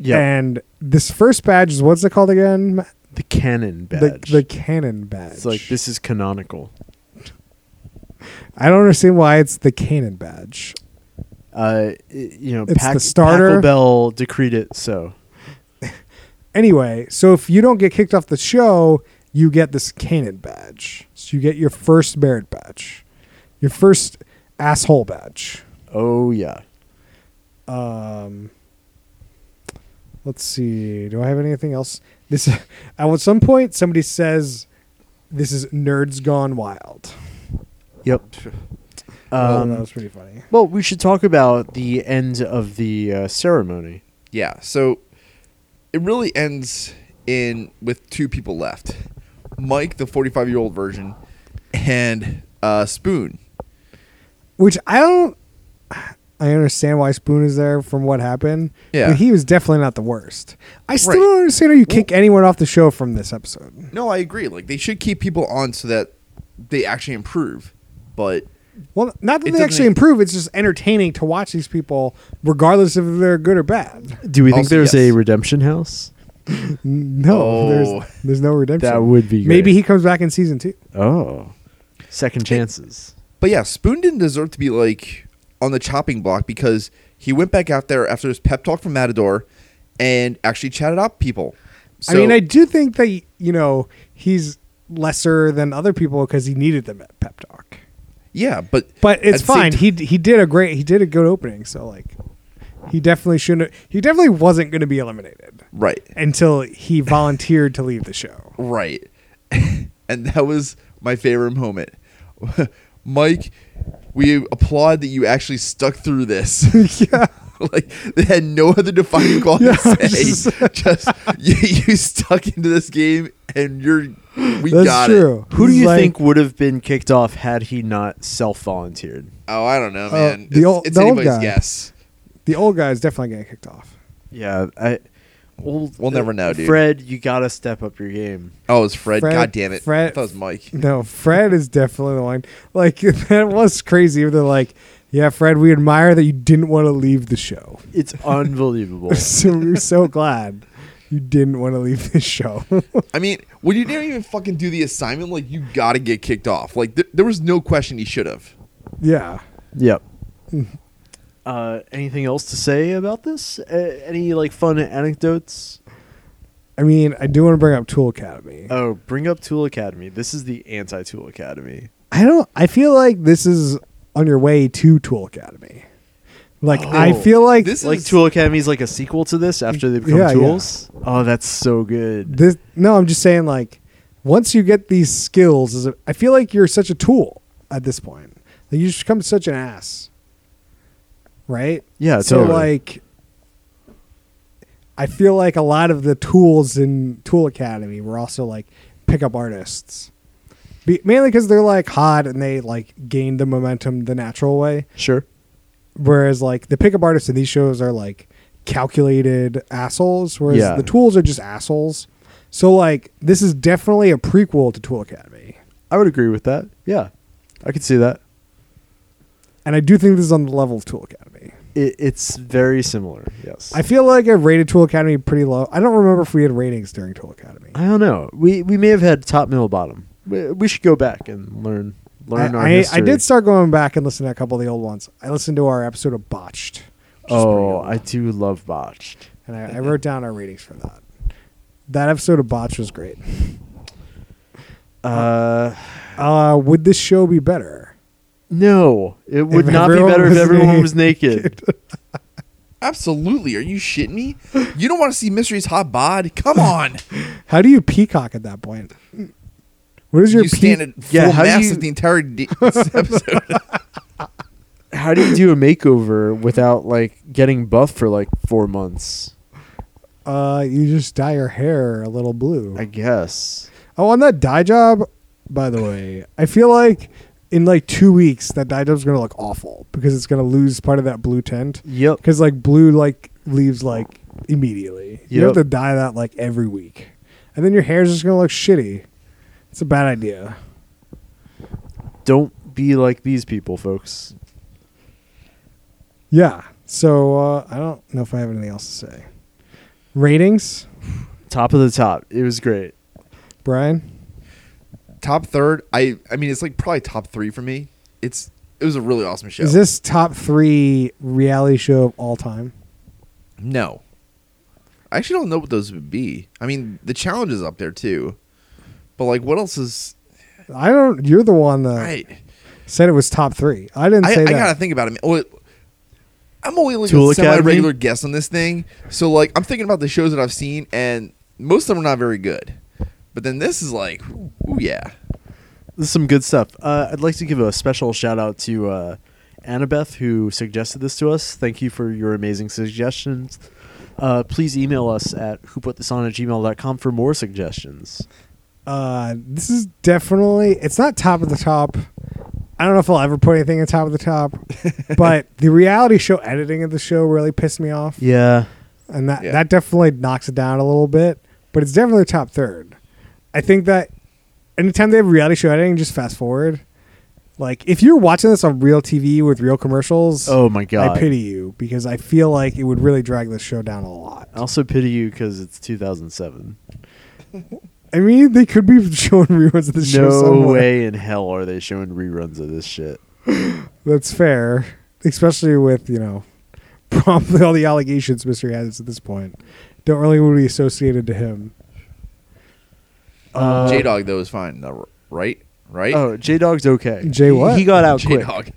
[SPEAKER 1] And this first badge is what's it called again? Ma-
[SPEAKER 3] the canon badge.
[SPEAKER 1] The, the canon badge.
[SPEAKER 3] it's like this is canonical.
[SPEAKER 1] I don't understand why it's the canon badge.
[SPEAKER 3] Uh, i- you know,
[SPEAKER 1] It's the starter.
[SPEAKER 3] Bell decreed it so.
[SPEAKER 1] Anyway, so if you don't get kicked off the show, you get this canon badge. So you get your first merit badge, your first asshole badge.
[SPEAKER 3] Oh yeah.
[SPEAKER 1] Um, let's see. Do I have anything else? This *laughs* at some point somebody says, "This is nerds gone wild."
[SPEAKER 3] Yep.
[SPEAKER 1] Um, that
[SPEAKER 3] Um,
[SPEAKER 1] was pretty funny.
[SPEAKER 3] well, we should talk about the end of the uh, ceremony.
[SPEAKER 2] yeah. So it really ends in with two people left: Mike, the 45 year old version, and uh, Spoon.
[SPEAKER 1] Which I don't. I understand why Spoon is there from what happened.
[SPEAKER 2] Yeah.
[SPEAKER 1] but he was definitely not the worst. I still
[SPEAKER 2] Right.
[SPEAKER 1] don't understand how you kick anyone off the show from this episode.
[SPEAKER 2] No, I agree. Like they should keep people on so that they actually improve. But
[SPEAKER 1] Well, not that
[SPEAKER 2] It
[SPEAKER 1] they
[SPEAKER 2] doesn't
[SPEAKER 1] actually
[SPEAKER 2] e-
[SPEAKER 1] improve. It's just entertaining to watch these people, regardless if they're good or bad.
[SPEAKER 3] Do we think
[SPEAKER 2] Also,
[SPEAKER 3] there's a
[SPEAKER 2] yes.
[SPEAKER 3] redemption house?
[SPEAKER 1] No,
[SPEAKER 2] Oh.
[SPEAKER 1] there's there's no redemption.
[SPEAKER 3] That would be
[SPEAKER 1] Maybe
[SPEAKER 3] great.
[SPEAKER 1] he comes back in season two.
[SPEAKER 3] Oh, second chances.
[SPEAKER 2] But yeah, Spoon didn't deserve to be like on the chopping block because he went back out there after his pep talk from Matador and actually chatted up people.
[SPEAKER 1] I mean,
[SPEAKER 2] So-
[SPEAKER 1] I do think that you know he's lesser than other people because he needed the pep talk.
[SPEAKER 2] yeah, but
[SPEAKER 1] But it's
[SPEAKER 2] at the same
[SPEAKER 1] fine.
[SPEAKER 2] ti-
[SPEAKER 1] He he did a great. He did a good opening. So like, he definitely shouldn't. He definitely wasn't going to be eliminated
[SPEAKER 2] right,
[SPEAKER 1] until he volunteered to leave the show.
[SPEAKER 2] right, *laughs* and that was my favorite moment. *laughs* Mike, we applaud that you actually stuck through this.
[SPEAKER 1] *laughs* yeah,
[SPEAKER 2] *laughs* like they had no
[SPEAKER 1] *laughs*
[SPEAKER 2] other defining call
[SPEAKER 1] Yeah,
[SPEAKER 2] to
[SPEAKER 1] just-
[SPEAKER 2] say. *laughs* Just you, you stuck into this game, and you're we
[SPEAKER 1] that's
[SPEAKER 2] got it.
[SPEAKER 1] true.
[SPEAKER 3] Who do
[SPEAKER 1] He's
[SPEAKER 3] you
[SPEAKER 1] like-
[SPEAKER 3] think would have been kicked off had he not self volunteered?
[SPEAKER 2] Oh, I don't know, man.
[SPEAKER 1] the
[SPEAKER 2] it's
[SPEAKER 1] old-
[SPEAKER 2] it's
[SPEAKER 1] the old
[SPEAKER 2] anybody's
[SPEAKER 1] guy.
[SPEAKER 2] guess.
[SPEAKER 1] The old guy is definitely getting kicked off.
[SPEAKER 3] Yeah, I. We'll,
[SPEAKER 2] We'll never know, dude.
[SPEAKER 3] Uh, Fred, you gotta step up your game.
[SPEAKER 2] Oh, it was Fred.
[SPEAKER 1] Fred-
[SPEAKER 2] God damn it.
[SPEAKER 1] Fred-
[SPEAKER 2] I thought it was Mike.
[SPEAKER 1] No, Fred is definitely the one. Like *laughs* that was crazy. They're like, yeah, Fred, we admire that you didn't want to leave the show. *laughs*
[SPEAKER 3] It's *laughs* unbelievable.
[SPEAKER 1] so we're so glad you didn't want to leave this show. *laughs*
[SPEAKER 2] I mean, when you didn't even fucking do the assignment, like you gotta get kicked off. Like th- there was no question he should have.
[SPEAKER 1] yeah.
[SPEAKER 3] Yep. Uh, anything else to say about this? Uh, any like fun anecdotes?
[SPEAKER 1] I mean, I do want to bring up Tool Academy.
[SPEAKER 3] Oh, bring up Tool Academy. This is the anti-Tool Academy.
[SPEAKER 1] I don't I feel like this is on your way to Tool Academy. Like I
[SPEAKER 2] Oh,
[SPEAKER 1] feel like
[SPEAKER 2] this
[SPEAKER 1] this,
[SPEAKER 3] like
[SPEAKER 2] is-
[SPEAKER 3] Tool Academy is like a sequel to this after they become
[SPEAKER 1] Yeah, yeah.
[SPEAKER 3] tools. Oh, that's so good.
[SPEAKER 1] No, I'm just saying like once you get these skills, is a, I feel like you're such a tool at this point. Like you just become such an ass, right?
[SPEAKER 3] Yeah,
[SPEAKER 1] so
[SPEAKER 3] totally.
[SPEAKER 1] like I feel like a lot of the tools in Tool Academy were also like pickup artists. Be, mainly because they're like hot and they like gain the momentum the natural way.
[SPEAKER 3] Sure.
[SPEAKER 1] Whereas like the pickup artists in these shows are like calculated assholes, whereas
[SPEAKER 3] Yeah.
[SPEAKER 1] the tools are just assholes. So like this is definitely a prequel to Tool Academy.
[SPEAKER 3] I would agree with that. Yeah. I could see that.
[SPEAKER 1] And I do think this is on the level of Tool Academy.
[SPEAKER 3] It, it's very similar. Yes.
[SPEAKER 1] I feel like I rated Tool Academy pretty low. I don't remember if we had ratings during Tool Academy.
[SPEAKER 3] I don't know. We we may have had top middle bottom. We, we should go back and learn learn
[SPEAKER 1] I,
[SPEAKER 3] our
[SPEAKER 1] I- I
[SPEAKER 3] history.
[SPEAKER 1] did start going back and listening to a couple of the old ones. I listened to our episode of Botched. which is pretty
[SPEAKER 3] Oh,
[SPEAKER 1] old,
[SPEAKER 3] I do love botched.
[SPEAKER 1] and I, I wrote down our ratings for that. That episode of Botched was great.
[SPEAKER 3] Uh,
[SPEAKER 1] Uh, would this show be better?
[SPEAKER 3] no, it would
[SPEAKER 1] If
[SPEAKER 3] not be
[SPEAKER 1] everyone
[SPEAKER 3] better if
[SPEAKER 1] was
[SPEAKER 3] everyone was naked.
[SPEAKER 2] Absolutely. Are you
[SPEAKER 1] *laughs*
[SPEAKER 2] shitting me? You don't want to see Mysteries Hot Bod? Come on.
[SPEAKER 1] How do you peacock at that point? What is your
[SPEAKER 2] you
[SPEAKER 1] peak-
[SPEAKER 2] stand at full
[SPEAKER 3] Yeah, how do
[SPEAKER 2] mass
[SPEAKER 3] you-
[SPEAKER 2] at the
[SPEAKER 1] *laughs*
[SPEAKER 2] entire d- episode. *laughs*
[SPEAKER 3] How do you do a makeover without like getting buff for like four months?
[SPEAKER 1] Uh, you just dye your hair a little blue.
[SPEAKER 3] I guess.
[SPEAKER 1] oh, on that dye job, by the way, I feel like in like two weeks that dye job's gonna look awful because it's gonna lose part of that blue tint.
[SPEAKER 3] Yep.
[SPEAKER 1] because like blue like leaves like immediately. You
[SPEAKER 3] Yep.
[SPEAKER 1] have to dye that like every week, and then your hair's just gonna look shitty. It's a bad idea.
[SPEAKER 3] Don't be like these people, folks.
[SPEAKER 1] Yeah. So uh, I don't know if I have anything else to say. Ratings,
[SPEAKER 3] Top of the top. It was great.
[SPEAKER 1] Brian.
[SPEAKER 2] top third. I I mean, it's like probably top three for me. It's it was a really awesome show.
[SPEAKER 1] Is this top three reality show of all time?
[SPEAKER 2] No. I actually don't know what those would be. I mean, the challenge is up there too. But like what else is
[SPEAKER 1] I don't. You're the one that
[SPEAKER 2] I
[SPEAKER 1] said it was top three. I didn't
[SPEAKER 2] I,
[SPEAKER 1] say
[SPEAKER 2] I
[SPEAKER 1] that.
[SPEAKER 2] gotta think about it. man. Well, it- I'm only like
[SPEAKER 3] Tool
[SPEAKER 2] a
[SPEAKER 3] Academy?
[SPEAKER 2] semi regular guest on this thing. So like I'm thinking about the shows that I've seen and most of them are not very good. But then this is like ooh yeah.
[SPEAKER 3] This is some good stuff. Uh, I'd like to give a special shout out to uh, Annabeth who suggested this to us. Thank you for your amazing suggestions. Uh, please email us at who put this on at gmail.com for more suggestions.
[SPEAKER 1] Uh, this is definitely it's not top of the top. I don't know if I'll ever put anything at top of the
[SPEAKER 3] *laughs*
[SPEAKER 1] top, but the reality show editing of the show really pissed me off,
[SPEAKER 3] Yeah.
[SPEAKER 1] and that
[SPEAKER 2] Yeah.
[SPEAKER 1] that definitely knocks it down a little bit. But it's definitely top third. I think that anytime they have reality show editing, just fast forward. Like if you're watching this on real TV with real commercials,
[SPEAKER 3] Oh my god.
[SPEAKER 1] I pity you because I feel like it would really drag this show down a lot.
[SPEAKER 3] I also pity you because it's 2007.
[SPEAKER 1] I mean, they could be *laughs* showing reruns of the show.
[SPEAKER 3] No
[SPEAKER 1] somewhere.
[SPEAKER 3] way in hell are they showing reruns of this shit.
[SPEAKER 1] That's fair, especially with you know *laughs* probably all the allegations Mister has at this point. Don't really want to be associated to him.
[SPEAKER 3] Uh,
[SPEAKER 2] J Dog though is fine, though, right? Right?
[SPEAKER 3] Oh, J Dog's okay.
[SPEAKER 1] J
[SPEAKER 3] He-
[SPEAKER 1] what?
[SPEAKER 3] He, got out
[SPEAKER 2] J
[SPEAKER 3] quick.
[SPEAKER 2] Dog.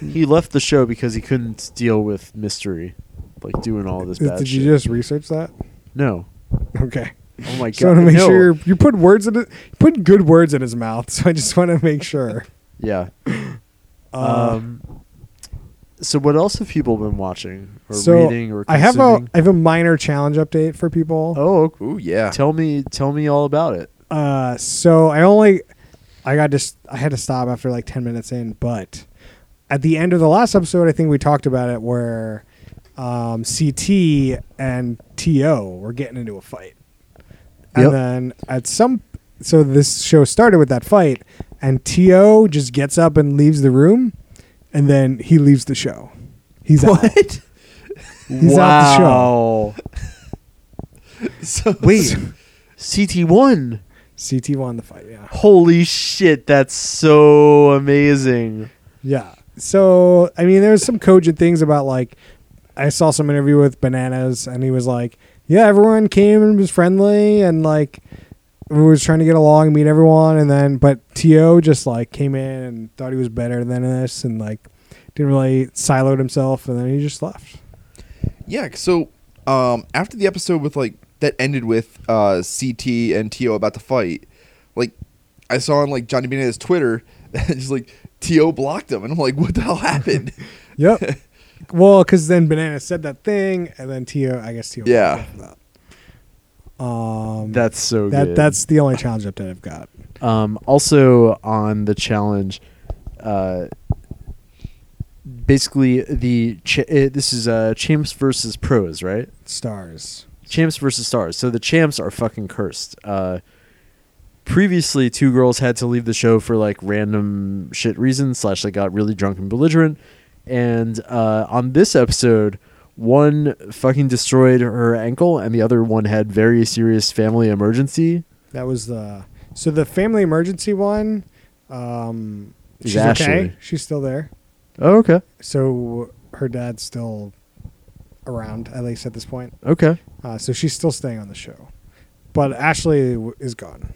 [SPEAKER 3] He left the show because he couldn't deal with mystery, like doing all this bad
[SPEAKER 1] Did
[SPEAKER 3] shit.
[SPEAKER 1] you just research that?
[SPEAKER 3] no.
[SPEAKER 1] Okay,
[SPEAKER 3] Oh my god.
[SPEAKER 1] just want to make
[SPEAKER 3] no.
[SPEAKER 1] sure you put words in it. You put good words in his mouth, so I just want to make sure.
[SPEAKER 3] Yeah.
[SPEAKER 1] *coughs* Uh,
[SPEAKER 3] Um. So what else have people been watching *laughs* or
[SPEAKER 1] so
[SPEAKER 3] reading or
[SPEAKER 1] I have a
[SPEAKER 3] consuming?
[SPEAKER 1] I have a minor challenge update for people.
[SPEAKER 3] oh,
[SPEAKER 2] Ooh yeah.
[SPEAKER 3] tell me, tell me all about it.
[SPEAKER 1] Uh, so I only, I got just, I had to stop after like ten minutes in, but at the end of the last episode, I think we talked about it where um, CT and To were getting into a fight, and
[SPEAKER 3] Yep.
[SPEAKER 1] then at some, so this show started with that fight, and To just gets up and leaves the room, and then he leaves the show.
[SPEAKER 3] *laughs*
[SPEAKER 1] He's out. *laughs* He's
[SPEAKER 3] wow.
[SPEAKER 1] out the show.
[SPEAKER 2] *laughs* So
[SPEAKER 1] *laughs*
[SPEAKER 3] Wait, CT one.
[SPEAKER 1] CT won the fight. Yeah.
[SPEAKER 3] Holy shit, that's so amazing.
[SPEAKER 1] Yeah. So I mean, there's some cogent things about like I saw some interview with Bananas, and he was like, "Yeah, everyone came and was friendly, and like we was trying to get along and meet everyone." And then, but To just like came in and thought he was better than this, and like didn't really siloed himself, and then he just left.
[SPEAKER 2] Yeah. So um, after the episode with like that ended with uh, CT and To about to fight, like I saw on like Johnny Bananas Twitter, *laughs* just like To blocked him, and I'm like, what the hell happened?
[SPEAKER 3] *laughs*
[SPEAKER 1] Yep. well, because then Banana said that thing, and then Tio, I guess Tio.
[SPEAKER 2] Yeah.
[SPEAKER 1] Um,
[SPEAKER 3] That's so
[SPEAKER 1] that
[SPEAKER 3] good.
[SPEAKER 1] that's the only challenge update I've got.
[SPEAKER 3] Um, also on the challenge, uh, basically the ch- uh, this is uh, champs versus pros, right?
[SPEAKER 1] Stars.
[SPEAKER 3] Champs versus stars. So the champs are fucking cursed. Uh, previously, two girls had to leave the show for like random shit reasons. Slash, they got really drunk and belligerent. And uh, on this episode, one fucking destroyed her ankle, and the other one had very serious family emergency.
[SPEAKER 1] That was the so the family emergency one. Um,
[SPEAKER 3] Is
[SPEAKER 1] she's
[SPEAKER 3] Ashley.
[SPEAKER 1] okay. She's still there.
[SPEAKER 3] Oh, okay,
[SPEAKER 1] So her dad's still around, at least at this point.
[SPEAKER 3] okay.
[SPEAKER 1] Uh, so she's still staying on the show, but Ashley w- is gone,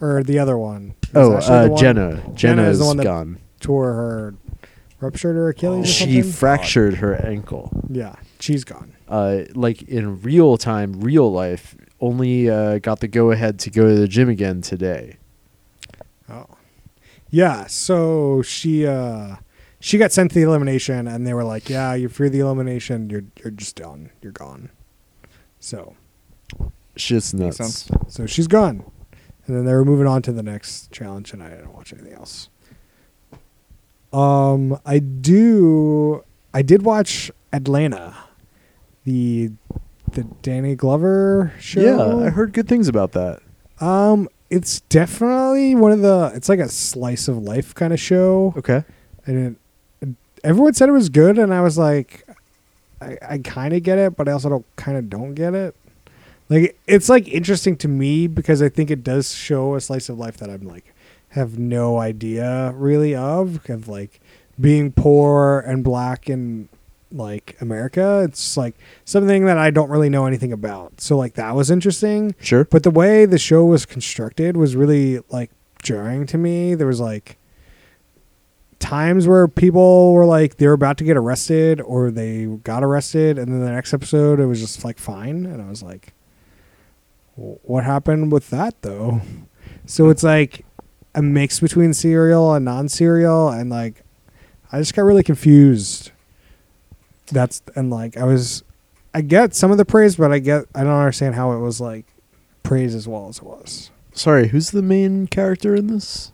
[SPEAKER 1] or the other one. Is
[SPEAKER 3] Oh,
[SPEAKER 1] Ashley the
[SPEAKER 3] uh,
[SPEAKER 1] one?
[SPEAKER 3] Jenna. Jenna
[SPEAKER 1] is
[SPEAKER 3] is
[SPEAKER 1] the one that-
[SPEAKER 3] gone.
[SPEAKER 1] tore her ruptured her Achilles. or
[SPEAKER 3] Oh, She
[SPEAKER 1] something?
[SPEAKER 3] fractured her ankle.
[SPEAKER 1] yeah, she's gone.
[SPEAKER 3] Uh, like in real time, real life. Only uh, got the go ahead to go to the gym again today.
[SPEAKER 1] Oh, yeah. So she uh, she got sent to the elimination, and they were like, "Yeah, you're through the elimination. You're you're just done. You're gone." So
[SPEAKER 3] Shit's nuts.
[SPEAKER 2] sense.
[SPEAKER 1] so she's gone, and then they were moving on to the next challenge, and I didn't watch anything else. Um, I do. I did watch Atlanta, the the Danny Glover show.
[SPEAKER 3] Yeah, I heard good things about that.
[SPEAKER 1] Um, it's definitely one of the. It's like a slice of life kind of show.
[SPEAKER 3] Okay.
[SPEAKER 1] And it, everyone said it was good, and I was like, I, I kind of get it, but I also don't kind of don't get it. Like it's like interesting to me because I think it does show a slice of life that I'm like have no idea really of of like being poor and black in like America. It's like something that I don't really know anything about. So like that was interesting.
[SPEAKER 3] Sure.
[SPEAKER 1] But the way the show was constructed was really like jarring to me. There was like times where people were like they were about to get arrested or they got arrested and then the next episode it was just like fine and I was like "Wh- what happened with that though? So it's like a mix between serial and non-serial and like I just got really confused. That's and like I was I get some of the praise but I get I don't understand how it was like praise as well as it was.
[SPEAKER 3] Sorry, who's the main character in this?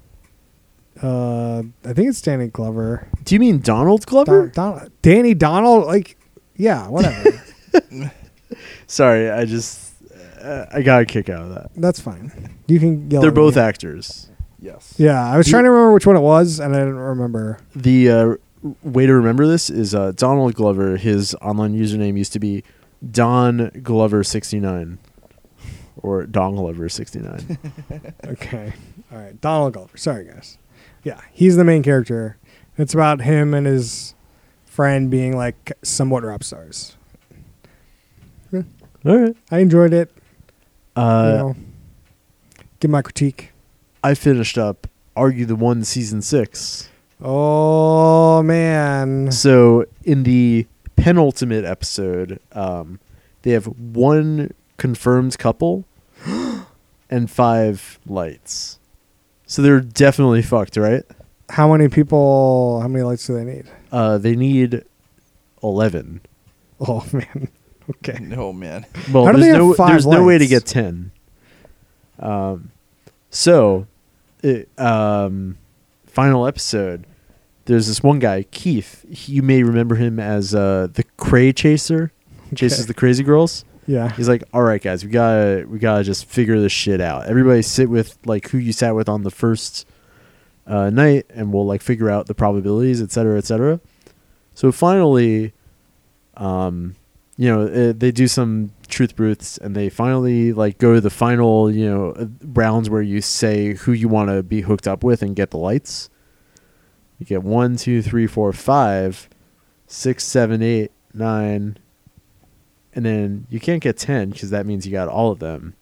[SPEAKER 1] Uh, I think it's Danny Glover.
[SPEAKER 3] Do you mean Donald Glover?
[SPEAKER 1] Don, Don, Danny Donald, like, yeah, whatever.
[SPEAKER 3] Sorry, I just uh, I got a kick out of that.
[SPEAKER 1] That's fine. You can yell.
[SPEAKER 3] They're
[SPEAKER 1] at
[SPEAKER 3] both
[SPEAKER 1] me.
[SPEAKER 3] actors.
[SPEAKER 2] Yes.
[SPEAKER 1] Yeah, I was
[SPEAKER 3] You-
[SPEAKER 1] trying to remember which one it was, and I didn't remember.
[SPEAKER 3] the uh, r- way to remember this is uh, Donald Glover. His online username used to be Don Glover sixty nine, or Don Glover sixty nine.
[SPEAKER 1] Okay, all right, Donald Glover. Sorry, guys. Yeah, he's the main character. It's about him and his friend being like somewhat rap stars.
[SPEAKER 3] *laughs* All right.
[SPEAKER 1] I enjoyed it.
[SPEAKER 3] Uh,
[SPEAKER 1] you know, give my critique.
[SPEAKER 3] I finished up argue the one season six.
[SPEAKER 1] Oh man.
[SPEAKER 3] So in the penultimate episode, um, they have one confirmed *gasps* couple and five lights. So they're definitely fucked, right?
[SPEAKER 1] How many people? How many lights do they need? *laughs*
[SPEAKER 3] Uh, they need eleven.
[SPEAKER 1] Oh man. *laughs* Okay.
[SPEAKER 2] No man.
[SPEAKER 3] Well,
[SPEAKER 1] How do
[SPEAKER 3] there's
[SPEAKER 1] they have
[SPEAKER 3] no
[SPEAKER 1] five
[SPEAKER 3] there's no way to
[SPEAKER 1] lights?
[SPEAKER 3] get ten. Um, so, it, um, final episode. There's this one guy, Keith. He- You may remember him as uh, the Cray Chaser.
[SPEAKER 1] *laughs*
[SPEAKER 3] Chases
[SPEAKER 1] Okay.
[SPEAKER 3] the crazy girls.
[SPEAKER 1] Yeah.
[SPEAKER 3] He's like, all right, guys, we gotta we gotta just figure this shit out. Everybody sit with like who you sat with on the first uh, night, and we'll like figure out the probabilities, et cetera, et cetera. So finally, um, you know, uh, they do some truth booths, and they finally like go to the final, you know, uh, rounds where you say who you want to be hooked up with and get the lights. You get one, two, three, four, five, six, seven, eight, nine, and then you can't get ten because that means you got all of them.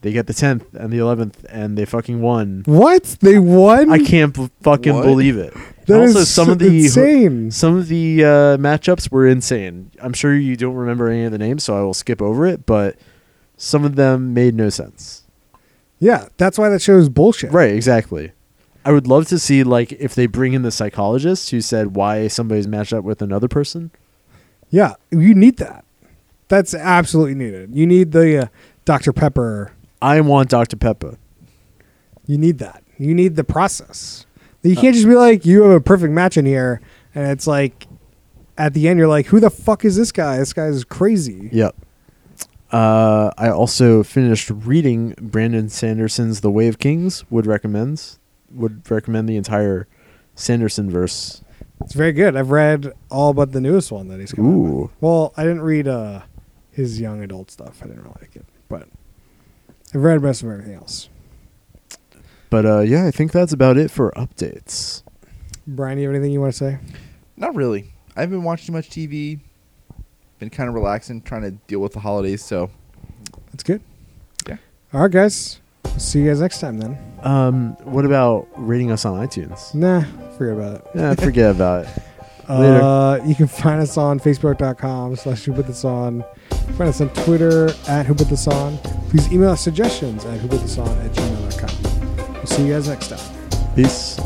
[SPEAKER 3] They get the tenth and the eleventh, and they fucking won.
[SPEAKER 1] What? They won?
[SPEAKER 3] I can't b- fucking
[SPEAKER 2] What?
[SPEAKER 3] believe it. And
[SPEAKER 1] That is
[SPEAKER 3] also, some
[SPEAKER 1] so
[SPEAKER 3] of the
[SPEAKER 1] insane.
[SPEAKER 3] some of the uh, matchups were insane. I'm sure you don't remember any of the names, so I will skip over it. But some of them made no sense.
[SPEAKER 1] Yeah, that's why that show is bullshit.
[SPEAKER 3] Right, exactly. I would love to see like if they bring in the psychologist who said why somebody's matched up with another person.
[SPEAKER 1] Yeah, you need that. That's absolutely needed. You need the uh, Dr. Pepper.
[SPEAKER 3] I want Dr. Pepper.
[SPEAKER 1] You need that. You need the process. You
[SPEAKER 3] Uh,
[SPEAKER 1] can't just be like, you have a perfect match in here, and it's like, at the end, you're like, who the fuck is this guy? This guy is crazy.
[SPEAKER 3] Yep. Uh, I also finished reading Brandon Sanderson's The Way of Kings. Would recommends. Would recommend the entire Sanderson verse.
[SPEAKER 1] It's very good. I've read all but the newest one that he's coming out with.
[SPEAKER 3] Ooh.
[SPEAKER 1] Well, I didn't read uh, his young adult stuff. I didn't really like it, but I've read most of everything else.
[SPEAKER 3] But uh, yeah, I think that's about it for updates.
[SPEAKER 1] Brian, you have anything you want to say?
[SPEAKER 2] Not really. I haven't watched too much TV. Been kind of relaxing, trying to deal with the holidays. So
[SPEAKER 1] That's good.
[SPEAKER 2] Yeah.
[SPEAKER 1] All right, guys. See you guys next time then.
[SPEAKER 3] Um, what about rating us
[SPEAKER 1] *laughs*
[SPEAKER 3] on iTunes?
[SPEAKER 1] Nah, forget about it.
[SPEAKER 3] Yeah, forget about it. Later.
[SPEAKER 1] Uh, you can find us on facebook.com slash who put this on. Find us on Twitter at who put this on. Please email us suggestions at who put this on at gmail.com. We'll see you guys next time.
[SPEAKER 3] Peace.